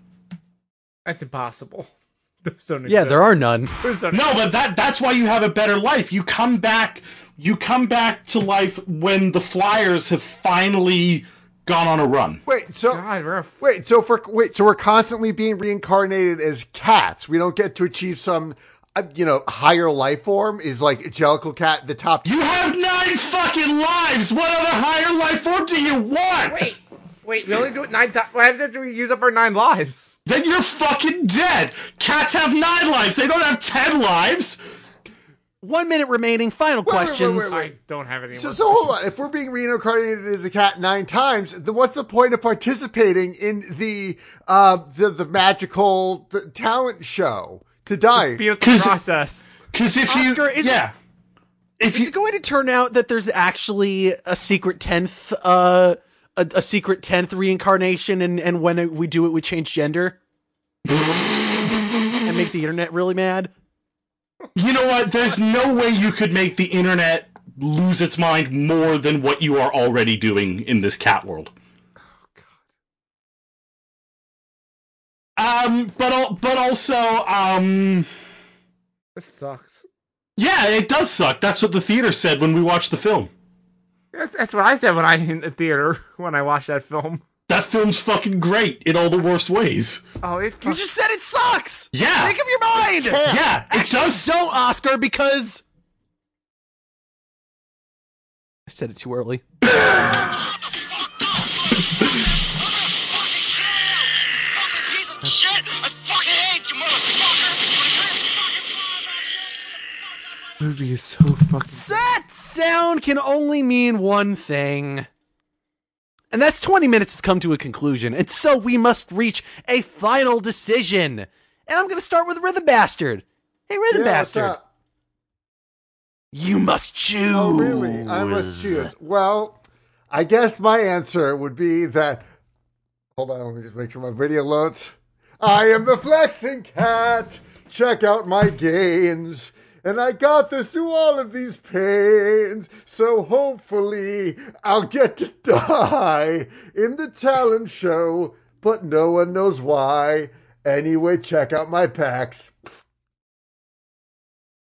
S4: that's impossible. Those don't
S3: Yeah,
S4: exist.
S3: there are none.
S4: Those don't
S2: No, but that that's why you have a better life. You come back you come back to life when the Flyers have finally gone on a run.
S1: Wait. So
S4: God, we're a f-
S1: Wait, so for wait, so we're constantly being reincarnated as cats. We don't get to achieve some, uh, you know, higher life form. Is like Jellicle Cat the top?
S2: You have nine fucking lives. What other higher life form do you want?
S4: wait, wait. We only do it nine times. What happens after we use up our nine lives?
S2: Then you're fucking dead. Cats have nine lives. They don't have ten lives.
S3: One minute remaining. Final
S1: wait, wait,
S3: questions.
S1: wait, wait.
S4: I don't have any.
S1: So,
S4: more
S1: so hold on. If we're being reincarnated as a cat nine times, then what's the point of participating in the uh the the magical the talent show to die?
S4: Be with the
S2: 'Cause-
S4: process.
S2: Because if
S3: Oscar,
S2: you,
S3: is
S2: yeah, if
S3: Is
S2: you,
S3: it going to turn out that there's actually a secret tenth, uh, a, a secret tenth reincarnation, and and when it- we do it, we change gender and make the internet really mad?
S2: you know what? There's no way you could make the internet lose its mind more than what you are already doing in this cat world. Um, but al- but also, um,
S4: This sucks.
S2: yeah, it does suck. That's what the theater said when we watched the film.
S4: That's, that's what I said when I in the theater when I watched that film.
S2: That film's fucking great in all the worst ways.
S4: Oh, it
S3: You just said it sucks.
S2: Yeah.
S3: Make up your mind.
S2: Yeah, it
S3: uh, Actually,
S2: does.
S3: don't, Oscar, because I said it too early.
S6: Fucking piece of shit! I fucking hate you, motherfucker! When it comes
S4: movie
S6: to fucking flies, I
S4: is so fucking.
S3: That sound can only mean one thing. And that's 20 minutes has come to a conclusion, and so we must reach a final decision. And I'm going to start with Rhythm Bastard. Hey, Rhythm
S1: Yeah, what's
S3: Bastard,
S1: up?
S3: you must choose.
S1: Oh, really? I must choose. Well, I guess my answer would be that. Hold on, let me just make sure my video loads. I am the flexing cat. Check out my gains. And I got this through all of these pains. So hopefully I'll get to die in the talent show, but no one knows why. Anyway, check out my packs.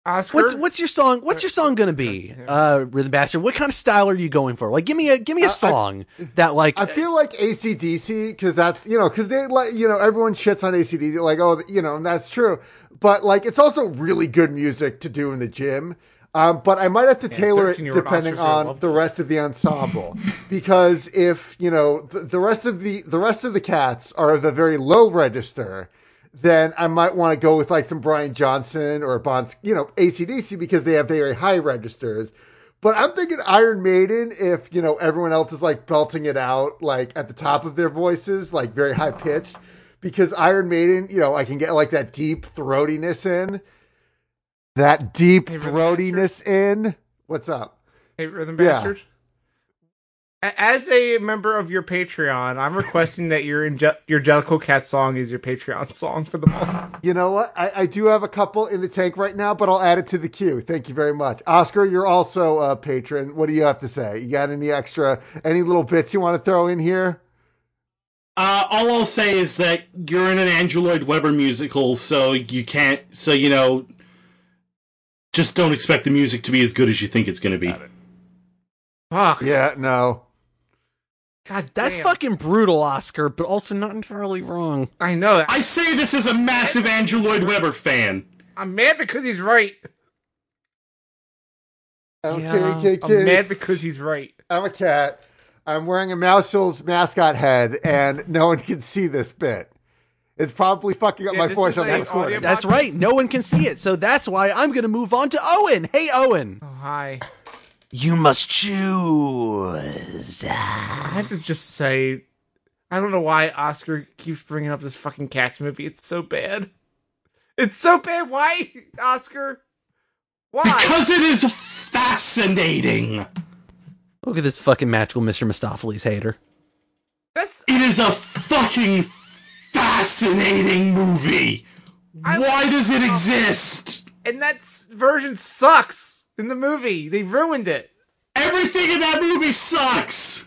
S4: Oscar,
S3: What's what's your song? What's your song gonna be, uh, Rhythm Bastard? What kind of style are you going for? Like, give me a give me a song that like uh,
S1: I feel like ACDC because that's you know because they like you know everyone shits on ACDC like oh you know and that's true, but like it's also really good music to do in the gym. Um, but I might have to tailor it
S4: 13-year-old
S1: depending
S4: Oscar's gonna
S1: on
S4: love
S1: the
S4: this.
S1: rest of the ensemble because if you know the, the rest of the the rest of the cats are of the very low register, then I might want to go with like some Brian Johnson or Bonds, you know, ACDC because they have very high registers. But I'm thinking Iron Maiden if, you know, everyone else is like belting it out, like at the top of their voices, like very high pitched. Because Iron Maiden, you know, I can get like that deep throatiness in. That deep
S4: Hey, Rhythm
S1: throatiness in. What's up?
S4: hey, rhythm
S1: Yeah.
S4: bastard. A- As a member of your Patreon, I'm requesting that your Inge- your Jellicle Cat song is your Patreon song for the month.
S1: You know what? I, I do have a couple in the tank right now, but I'll add it to the queue. Thank you very much. Oscar, you're also a patron. What do you have to say? You got any extra, any little bits you want to throw in here?
S2: Uh, all I'll say is that you're in an Andrew Weber musical, so you can't. So you know, just don't expect the music to be as good as you think it's going to be.
S4: Fuck.
S1: Yeah, no.
S4: God,
S3: that's
S4: damn.
S3: fucking brutal, Oscar, but also not entirely wrong.
S4: I know. I-
S2: I say this as a massive Andrew Lloyd Webber fan.
S4: I'm mad because he's right.
S1: I'm
S3: Yeah.
S1: kidding, kidding,
S4: I'm
S1: kidding.
S4: mad because he's right.
S1: I'm a cat. I'm wearing a Mousehole's mascot head, and no one can see this bit. It's probably fucking up
S4: Yeah,
S1: my
S4: this
S1: voice
S4: is
S1: on the
S4: like
S1: recording.
S4: audio-
S3: That's right. No one can see it. So that's why I'm going to move on to Owen. Hey, Owen.
S4: Oh, hi.
S3: You must choose.
S4: I have to just say, I don't know why Oscar keeps bringing up this fucking Cats movie. It's so bad. It's so bad. Why, Oscar? Why?
S2: Because it is fascinating.
S3: Look at this fucking magical Mr. Mistopheles hater.
S4: That's
S2: It is a fucking fascinating movie.
S4: I-
S2: Why does it exist?
S4: and that s- version sucks in the movie. They ruined it.
S2: Everything in that movie sucks.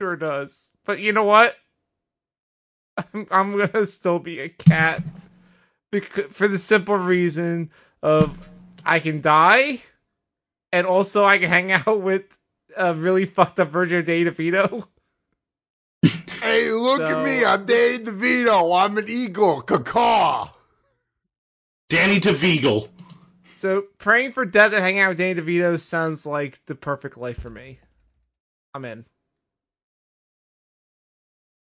S4: Sure does. But you know what? I'm, I'm gonna still be a cat because, for the simple reason of I can die, and also I can hang out with a really fucked up version of Danny DeVito.
S1: Hey, look
S4: So-
S1: at me. I'm Danny DeVito. I'm an eagle. Caw.
S2: Danny DeVeagle.
S4: So praying for death and hanging out with Danny DeVito sounds like the perfect life for me. I'm in.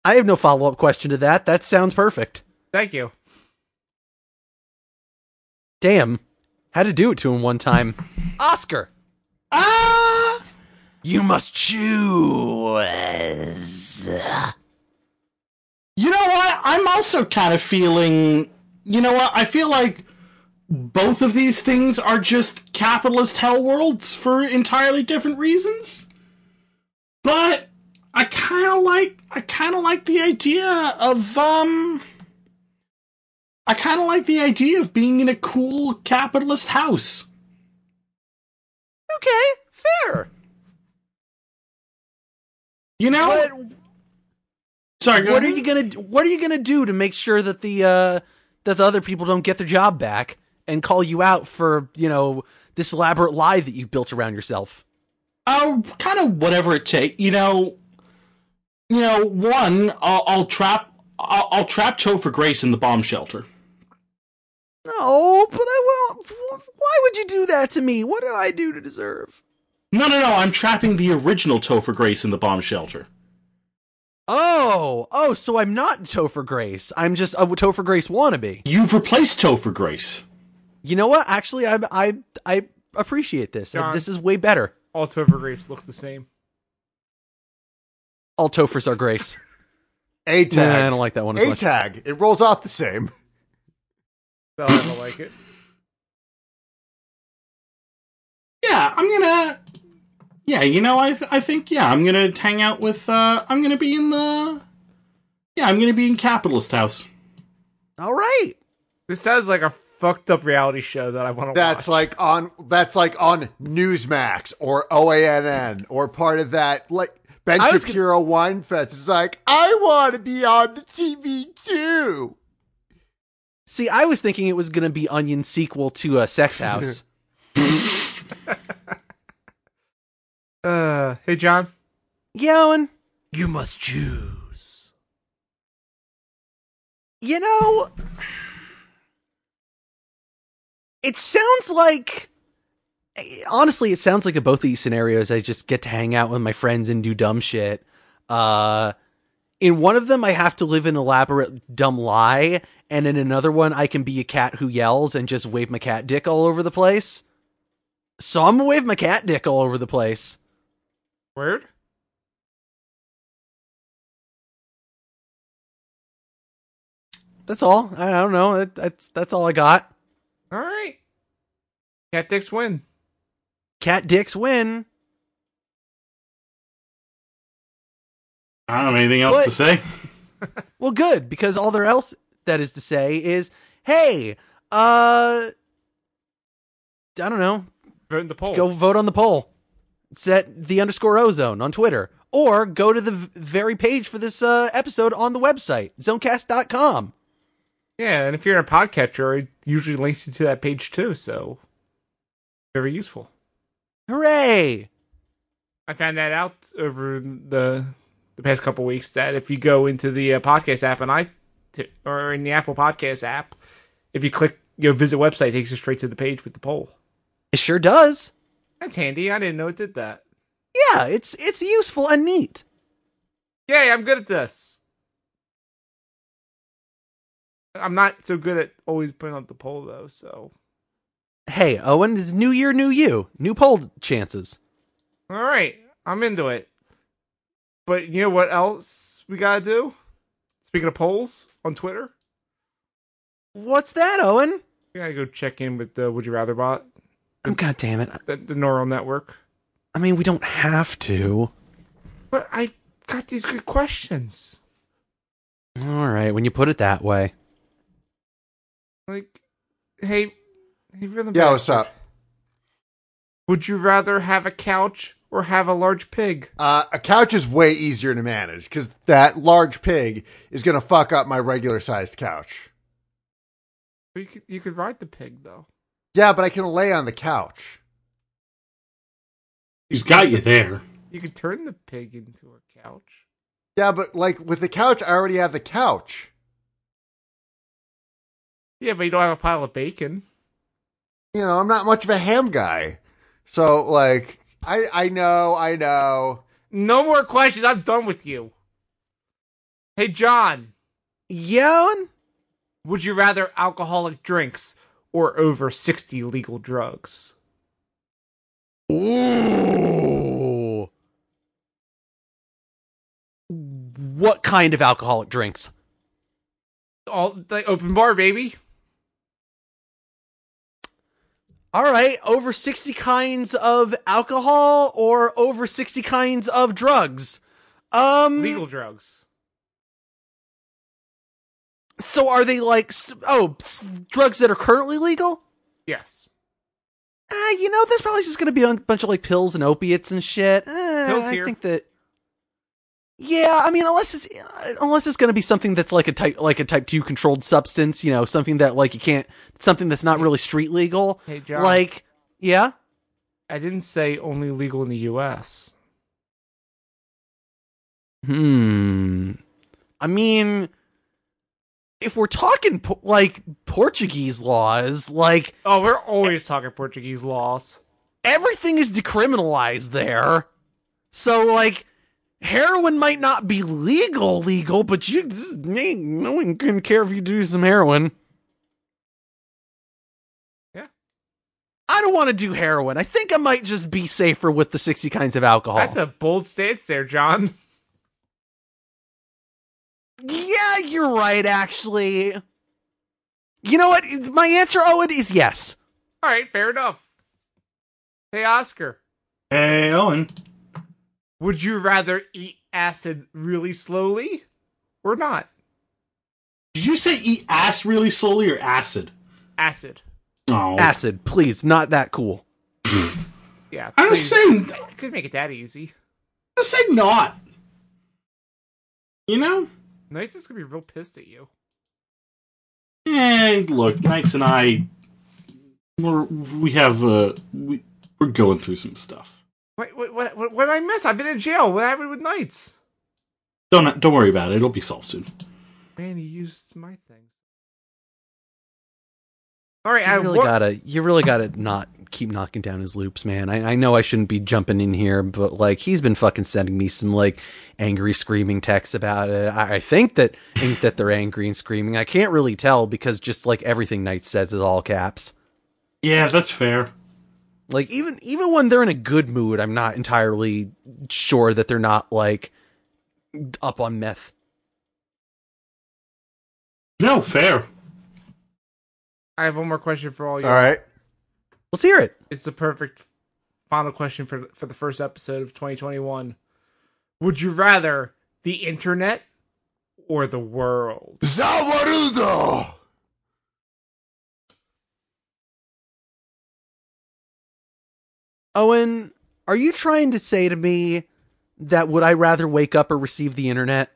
S3: I have no follow up question to that. That sounds perfect.
S4: Thank you.
S3: Damn. Had to do it to him one time. Oscar. Ah! You must choose.
S2: You know what? I'm also kind of feeling. You know what? I feel like both of these things are just capitalist hell worlds for entirely different reasons. But I kind of like. I kind of like the idea of um. I kind of like the idea of being in a cool capitalist house.
S3: Okay, fair.
S2: You know?
S3: What
S2: Sorry. go
S3: what are
S2: ahead.
S3: you going to what are you going to do to make sure that the uh that the other people don't get their job back and call you out for, you know, this elaborate lie that you've built around yourself?
S2: Oh, kind of whatever it take. You know, you know. One, I'll, I'll trap. I'll, I'll trap Topher Grace in the bomb shelter.
S3: No, but I won't. Why would you do that to me? What do I do to deserve?
S2: No, no, no. I'm trapping the original Topher Grace in the bomb shelter.
S3: Oh, oh, so I'm not Topher Grace. I'm just a Topher Grace wannabe.
S2: You've replaced Topher Grace.
S3: You know what? Actually, I I I appreciate this.
S4: John.
S3: This is way better.
S4: All Twitter Graves look the same.
S3: All Tophers are Grace.
S1: A tag.
S3: Nah, I don't like that one as
S1: A
S3: much.
S1: tag. It rolls off the same.
S4: So I don't like it.
S2: Yeah, I'm gonna. Yeah, you know, I th- I think yeah, I'm gonna hang out with. uh I'm gonna be in the. Yeah, I'm gonna be in Capitalist House.
S3: All right.
S4: This sounds like a fucked up reality show that I want to watch.
S1: That's like on. That's like on Newsmax or OANN or part of that like Ben
S3: I was gonna-
S1: Shapiro Wine Fest. It's like I want to be on the TV too.
S3: See, I was thinking it was going to be Onion sequel to uh, Sex House.
S4: Uh, hey John.
S3: yeah, Owen.
S4: You must choose.
S3: You know, it sounds like. Honestly, it sounds like in both these scenarios, I just get to hang out with my friends and do dumb shit. Uh, in one of them, I have to live an elaborate dumb lie, and in another one, I can be a cat who yells and just wave my cat dick all over the place. So I'm gonna wave my cat dick all over the place.
S4: Word?
S3: That's all. I I don't know. That- That's that's all I got.
S4: Alright. Cat dicks win.
S3: Cat dicks win.
S2: I don't have anything else
S3: What?
S2: to say.
S3: Well, good because all there else that is to say is, hey, uh, I don't know.
S4: Vote in the poll.
S3: Go vote on the poll. It's at the underscore ozone on Twitter, or go to the v- very page for this uh, episode on the website zonecast.com.
S4: Yeah, and if you're in a podcatcher, it usually links you to that page too, so very useful.
S3: Hooray!
S4: I found that out over the the past couple weeks that if you go into the uh, podcast app and I t- or in the Apple Podcast app, if you click your visit website, it takes you straight to the page with the poll.
S3: It sure does.
S4: That's handy. I didn't know it did that.
S3: Yeah, it's it's useful and neat.
S4: Yay, I'm good at this. I'm not so good at always putting up the poll though, so
S3: Hey, Owen, it's new year, new you, new poll chances.
S4: all right, I'm into it. But you know what else we gotta do? Speaking of polls on Twitter,
S3: What's that, Owen?
S4: we gotta go check in with the Would You Rather bot,
S3: Oh, God damn it!
S4: the, the neural network.
S3: I mean, we don't have to.
S4: But I got these good questions.
S3: All right, when you put it that way.
S4: Like, hey, hey, rhythm.
S1: Yeah,
S4: Bastard,
S1: what's up?
S4: Would you rather have a couch or have a large pig?
S1: Uh, a couch is way easier to manage because that large pig is going to fuck up my regular sized couch.
S4: You could, you could ride the pig though.
S1: Yeah, but I can lay on the couch.
S7: He's got you there.
S4: You could turn the pig into a couch.
S1: Yeah, but like with the couch, I already have the couch.
S4: Yeah, but you don't have a pile of bacon.
S1: You know, I'm not much of a ham guy. So, like, I, I know, I know.
S4: No more questions. I'm done with you. Hey, John,
S3: Yeah, Owen?
S4: would you rather alcoholic drinks or over 60 legal drugs?
S3: Ooh. What kind of alcoholic drinks?
S4: All like open bar, baby.
S3: All right, over 60 kinds of alcohol or over 60 kinds of drugs. Um
S4: Legal drugs.
S3: so are they like s- oh, s- drugs that are currently legal?
S4: Yes.
S3: Uh, you know, there's probably just going to be a bunch of like pills and opiates and shit. Eh,
S4: Pills
S3: I
S4: here.
S3: think that. Yeah, I mean, unless it's uh, unless it's going to be something that's like a type like a type two controlled substance, you know, something that like you can't something that's not really street legal.
S4: Hey, John.
S3: Like, yeah,
S4: I didn't say only legal in the U.S.
S3: Hmm. I mean, if we're talking po- like Portuguese laws, like
S4: Oh, we're always talking Portuguese laws.
S3: everything is decriminalized there. So like heroin might not be legal legal, but you this is- ain't- no one can care if you do some heroin.
S4: Yeah.
S3: I don't want to do heroin. I think I might just be safer with the 60 kinds of alcohol.
S4: That's a bold stance there, John.
S3: yeah, you're right actually. You know what? My answer Owen is yes.
S4: All right, fair enough. Hey, Oscar,
S7: Hey, Owen.
S4: would you rather eat acid really slowly or not?
S2: Did you say eat ass really slowly or acid?
S4: Acid.
S2: Oh.
S3: Acid, please, not that cool.
S4: Yeah.
S2: I was
S4: please.
S2: saying, I
S4: Could make it that easy.
S2: was saying not. You know?
S4: Knights is gonna be real pissed at you.
S2: And look, Knights and I, we're, we have, uh, we, we're going through some stuff.
S4: What what what what, what did I miss? I've been in jail. What happened with Knights?
S2: Don't, don't worry about it. It'll be solved soon.
S4: Man, he used my thing. All right,
S3: You
S4: I
S3: really gotta, you really gotta not keep knocking down his loops, man. I, I know I shouldn't be jumping in here, but like he's been fucking sending me some like angry screaming texts about it. I, I think that I think that they're angry and screaming. I can't really tell because just like everything Knight says is all caps.
S2: Yeah, that's fair.
S3: Like even even when they're in a good mood, I'm not entirely sure that they're not like up on meth.
S2: No, fair.
S4: I have one more question for all you.
S1: All right.
S3: Let's hear it.
S4: It's the perfect final question for for the first episode of 2021. Would you rather the internet or the world?
S1: Zawarudo!
S3: Owen, are you trying to say to me that would I rather wake up or receive the internet?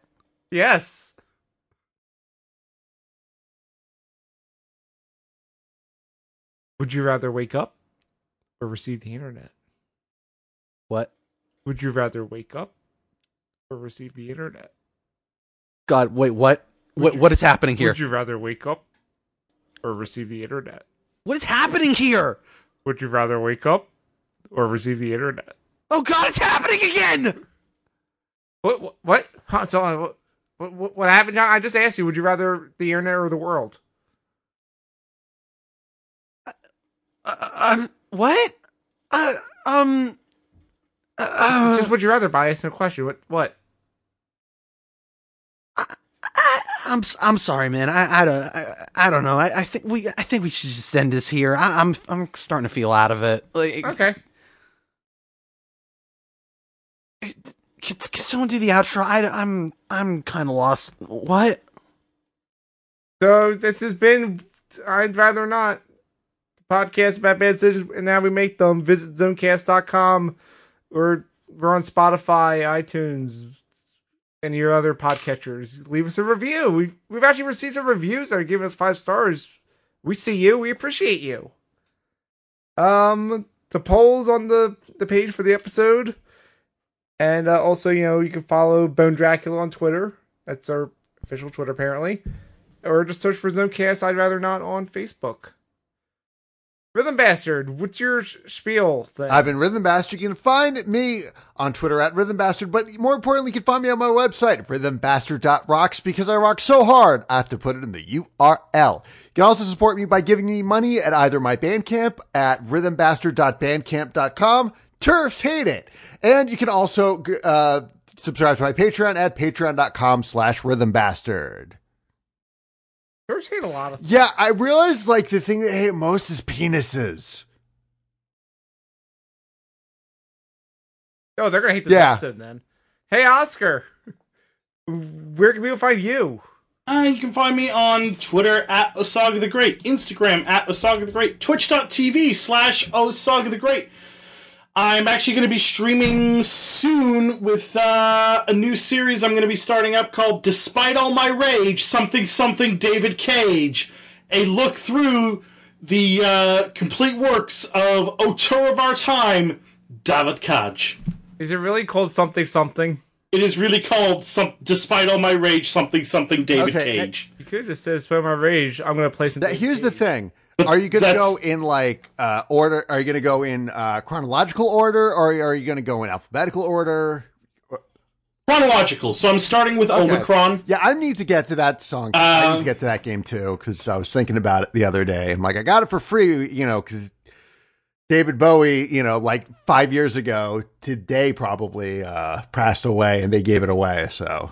S4: Yes. Would you rather wake up or receive the internet?
S3: What?
S4: Would you rather wake up or receive the internet?
S3: God, wait, what?
S4: Would
S3: What
S4: you-
S3: what is happening here?
S4: Would you rather wake up or receive the internet?
S3: what is happening here?
S4: Would you rather wake up or receive the internet.
S3: Oh God, it's happening again.
S4: What? What? what? Huh, so, uh, what, what? What happened, John? I just asked you. Would you rather the internet or the world?
S3: Uh, um, what? Uh, um.
S4: It's
S3: Uh,
S4: just would you rather bias no question. What? What?
S3: I, I'm s- I'm sorry, man. I I don't I, I don't know. I, I think we I think we should just end this here. I, I'm I'm starting to feel out of it. Like,
S4: Okay.
S3: can, can someone do the outro? I, am I'm kind of lost. What?
S4: So this has been. I'd rather not. The podcast about bad decisions, and now we make them. Visit zonecast.com, or we're on Spotify, iTunes, and your other podcatchers. Leave us a review. We've we've actually received some reviews that are giving us five stars. We see you. We appreciate you. Um, the polls on the the page for the episode, and uh, also you know you can follow Bone Dracula on Twitter. That's our official Twitter apparently or just search for Zonecast. I'd rather not on Facebook. Rhythm Bastard, what's your sh- spiel thing?
S1: I've been Rhythm Bastard. You can find me on Twitter at Rhythm Bastard, but more importantly, you can find me on my website, rhythmbastard.rocks, because I rock so hard, I have to put it in the URL. You can also support me by giving me money at either my Bandcamp at rhythmbastard.bandcamp.com. Turfs hate it. And you can also uh, subscribe to my Patreon at patreon.com slash rhythmbastard.
S4: You're saying a lot of
S1: Yeah, I realized like the thing that I hate most is penises.
S4: Oh, they're gonna hate this
S1: Yeah.
S4: episode then. Hey, Oscar, where can people find you?
S2: Uh, you can find me on Twitter at Osaga the Great, Instagram at Osaga the Great, twitch.tv slash Osaga the Great. I'm actually going to be streaming soon with uh, a new series I'm going to be starting up called Despite All My Rage, Something Something David Cage. A look through the uh, complete works of Auteur of Our Time, David Cage.
S4: Is it really called something something?
S2: It is really called some, Despite All My Rage, Something Something David
S1: Okay,
S2: Cage.
S4: You could have just said "Spend My Rage." I'm gonna play some.
S1: That, here's the thing. Are you going to
S2: that's-
S1: go in like uh, order? Are you going to go in uh, chronological order or are you going to go in alphabetical order?
S2: chronological. So I'm starting with Omicron.
S1: Yeah, I need to get to that song. I need to get to that game too because I was thinking about it the other day. I'm like, I got it for free, you know, because David Bowie, you know, like five years ago today probably uh, passed away and they gave it away. So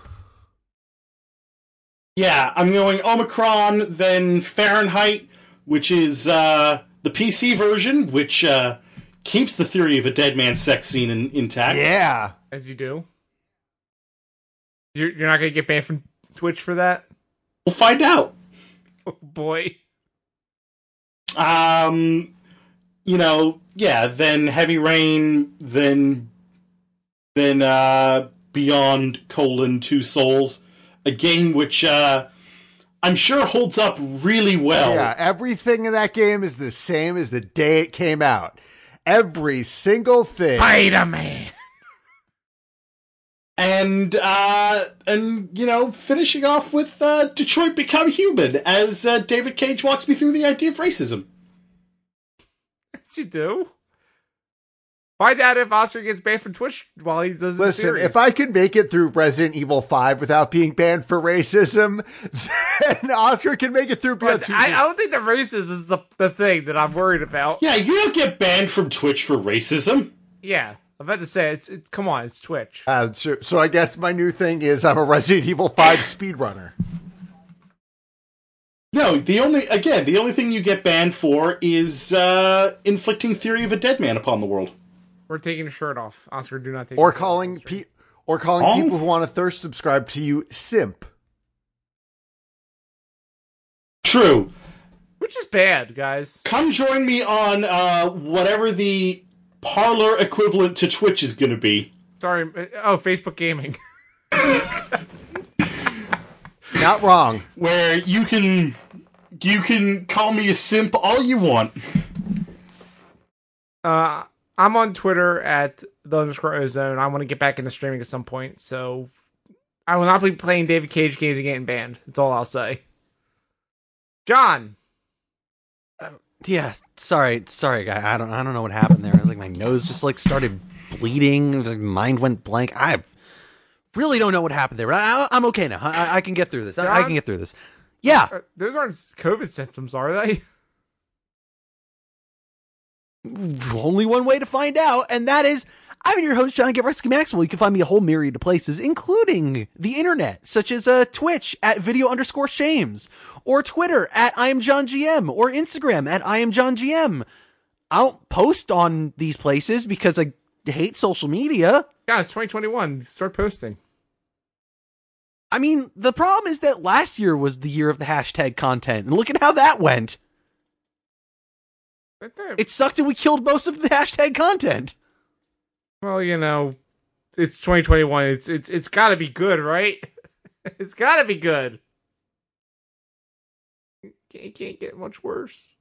S2: Yeah, I'm going Omicron, then Fahrenheit, which is uh, the PC version, which uh, keeps the theory of a dead man sex scene in- intact.
S1: yeah,
S4: as you do. You're you're not gonna get banned from Twitch for that,
S2: We'll find out.
S4: oh, boy.
S2: Um, you know, yeah, then Heavy Rain, then then uh, Beyond colon Two Souls, a game which uh, I'm sure holds up really well.
S1: Yeah, everything in that game is the same as the day it came out. Every single thing.
S4: Spider Man.
S2: and uh, and you know finishing off with uh, Detroit Become Human as uh, David Cage walks me through the idea of racism.
S4: Yes, you do. Find out if Oscar gets banned from Twitch while he does. his
S1: Listen,
S4: series.
S1: if I could make it through Resident Evil 5 without being banned for racism, then Oscar can make it through Beyond
S4: But
S1: Two
S4: I, I
S1: Souls.
S4: don't think the racism is the, the thing that I'm worried about.
S2: Yeah, you don't get banned from Twitch for racism.
S4: Yeah, I'm about to say it's. It, come on, it's Twitch.
S1: Uh, so, so I guess my new thing is I'm a Resident Evil 5 speedrunner.
S2: No, the only again the only thing you get banned for is uh, inflicting theory of a dead man upon the world.
S4: We're taking your shirt off, Oscar. Do not take. your
S1: Or
S4: shirt off,
S1: calling
S4: Oscar.
S1: pe- or calling
S2: Oh.
S1: people who want to thirst subscribe to you simp.
S2: True.
S4: which is bad, guys.
S2: Come join me on uh, whatever the parlor equivalent to Twitch is going to be.
S4: Sorry. uh, Oh, Facebook Gaming.
S1: Not wrong.
S2: where you can you can call me a simp all you want.
S4: Uh, I'm on Twitter at the underscore ozone. I want to get back into streaming at some point, so I will not be playing David Cage games and getting banned. That's all I'll say. John,
S3: yeah, sorry, sorry, guy. I don't, I don't know what happened there. I was like, my nose just like started bleeding. It was like, mind went blank. I really don't know what happened there. But I, I'm okay now. I, I can get through this. I, I can get through this. Yeah,
S4: Uh, Those aren't COVID symptoms, are they?
S3: only one way to find out, and that is I'm your host, John Gavreski Maxwell. You can find me a whole myriad of places, including the internet, such as uh, Twitch at video underscore shames, or Twitter at I am John GM, or Instagram at I am John GM. I don't post on these places because I hate social media.
S4: Guys, 2021. Start posting.
S3: I mean, the problem is that last year was the year of the hashtag content, and look at how that went.
S4: But that-
S3: It sucked and we killed most of the hashtag content.
S4: well, you know, it's 2021. It's it's it's got to be good, right? it's got to be good. It can't get much worse.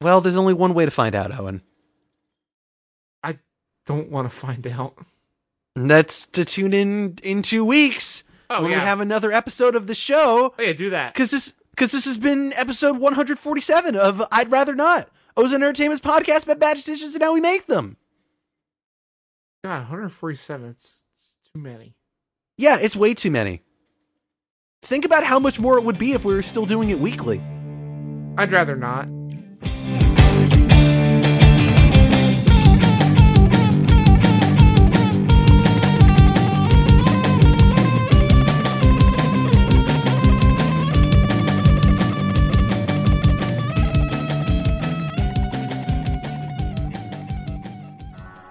S3: Well, there's only one way to find out, Owen.
S4: Don't want to find out.
S3: And that's to tune in in two weeks
S4: Oh
S3: when
S4: yeah.
S3: we have another episode of the show.
S4: oh yeah. Do that.
S3: Because this because this has been episode 147 of I'd rather not Ozone Entertainment's podcast about bad decisions and how we make them.
S4: God, 147. It's, it's too many.
S3: Yeah, it's way too many. Think about how much more it would be if we were still doing it weekly.
S4: I'd rather not.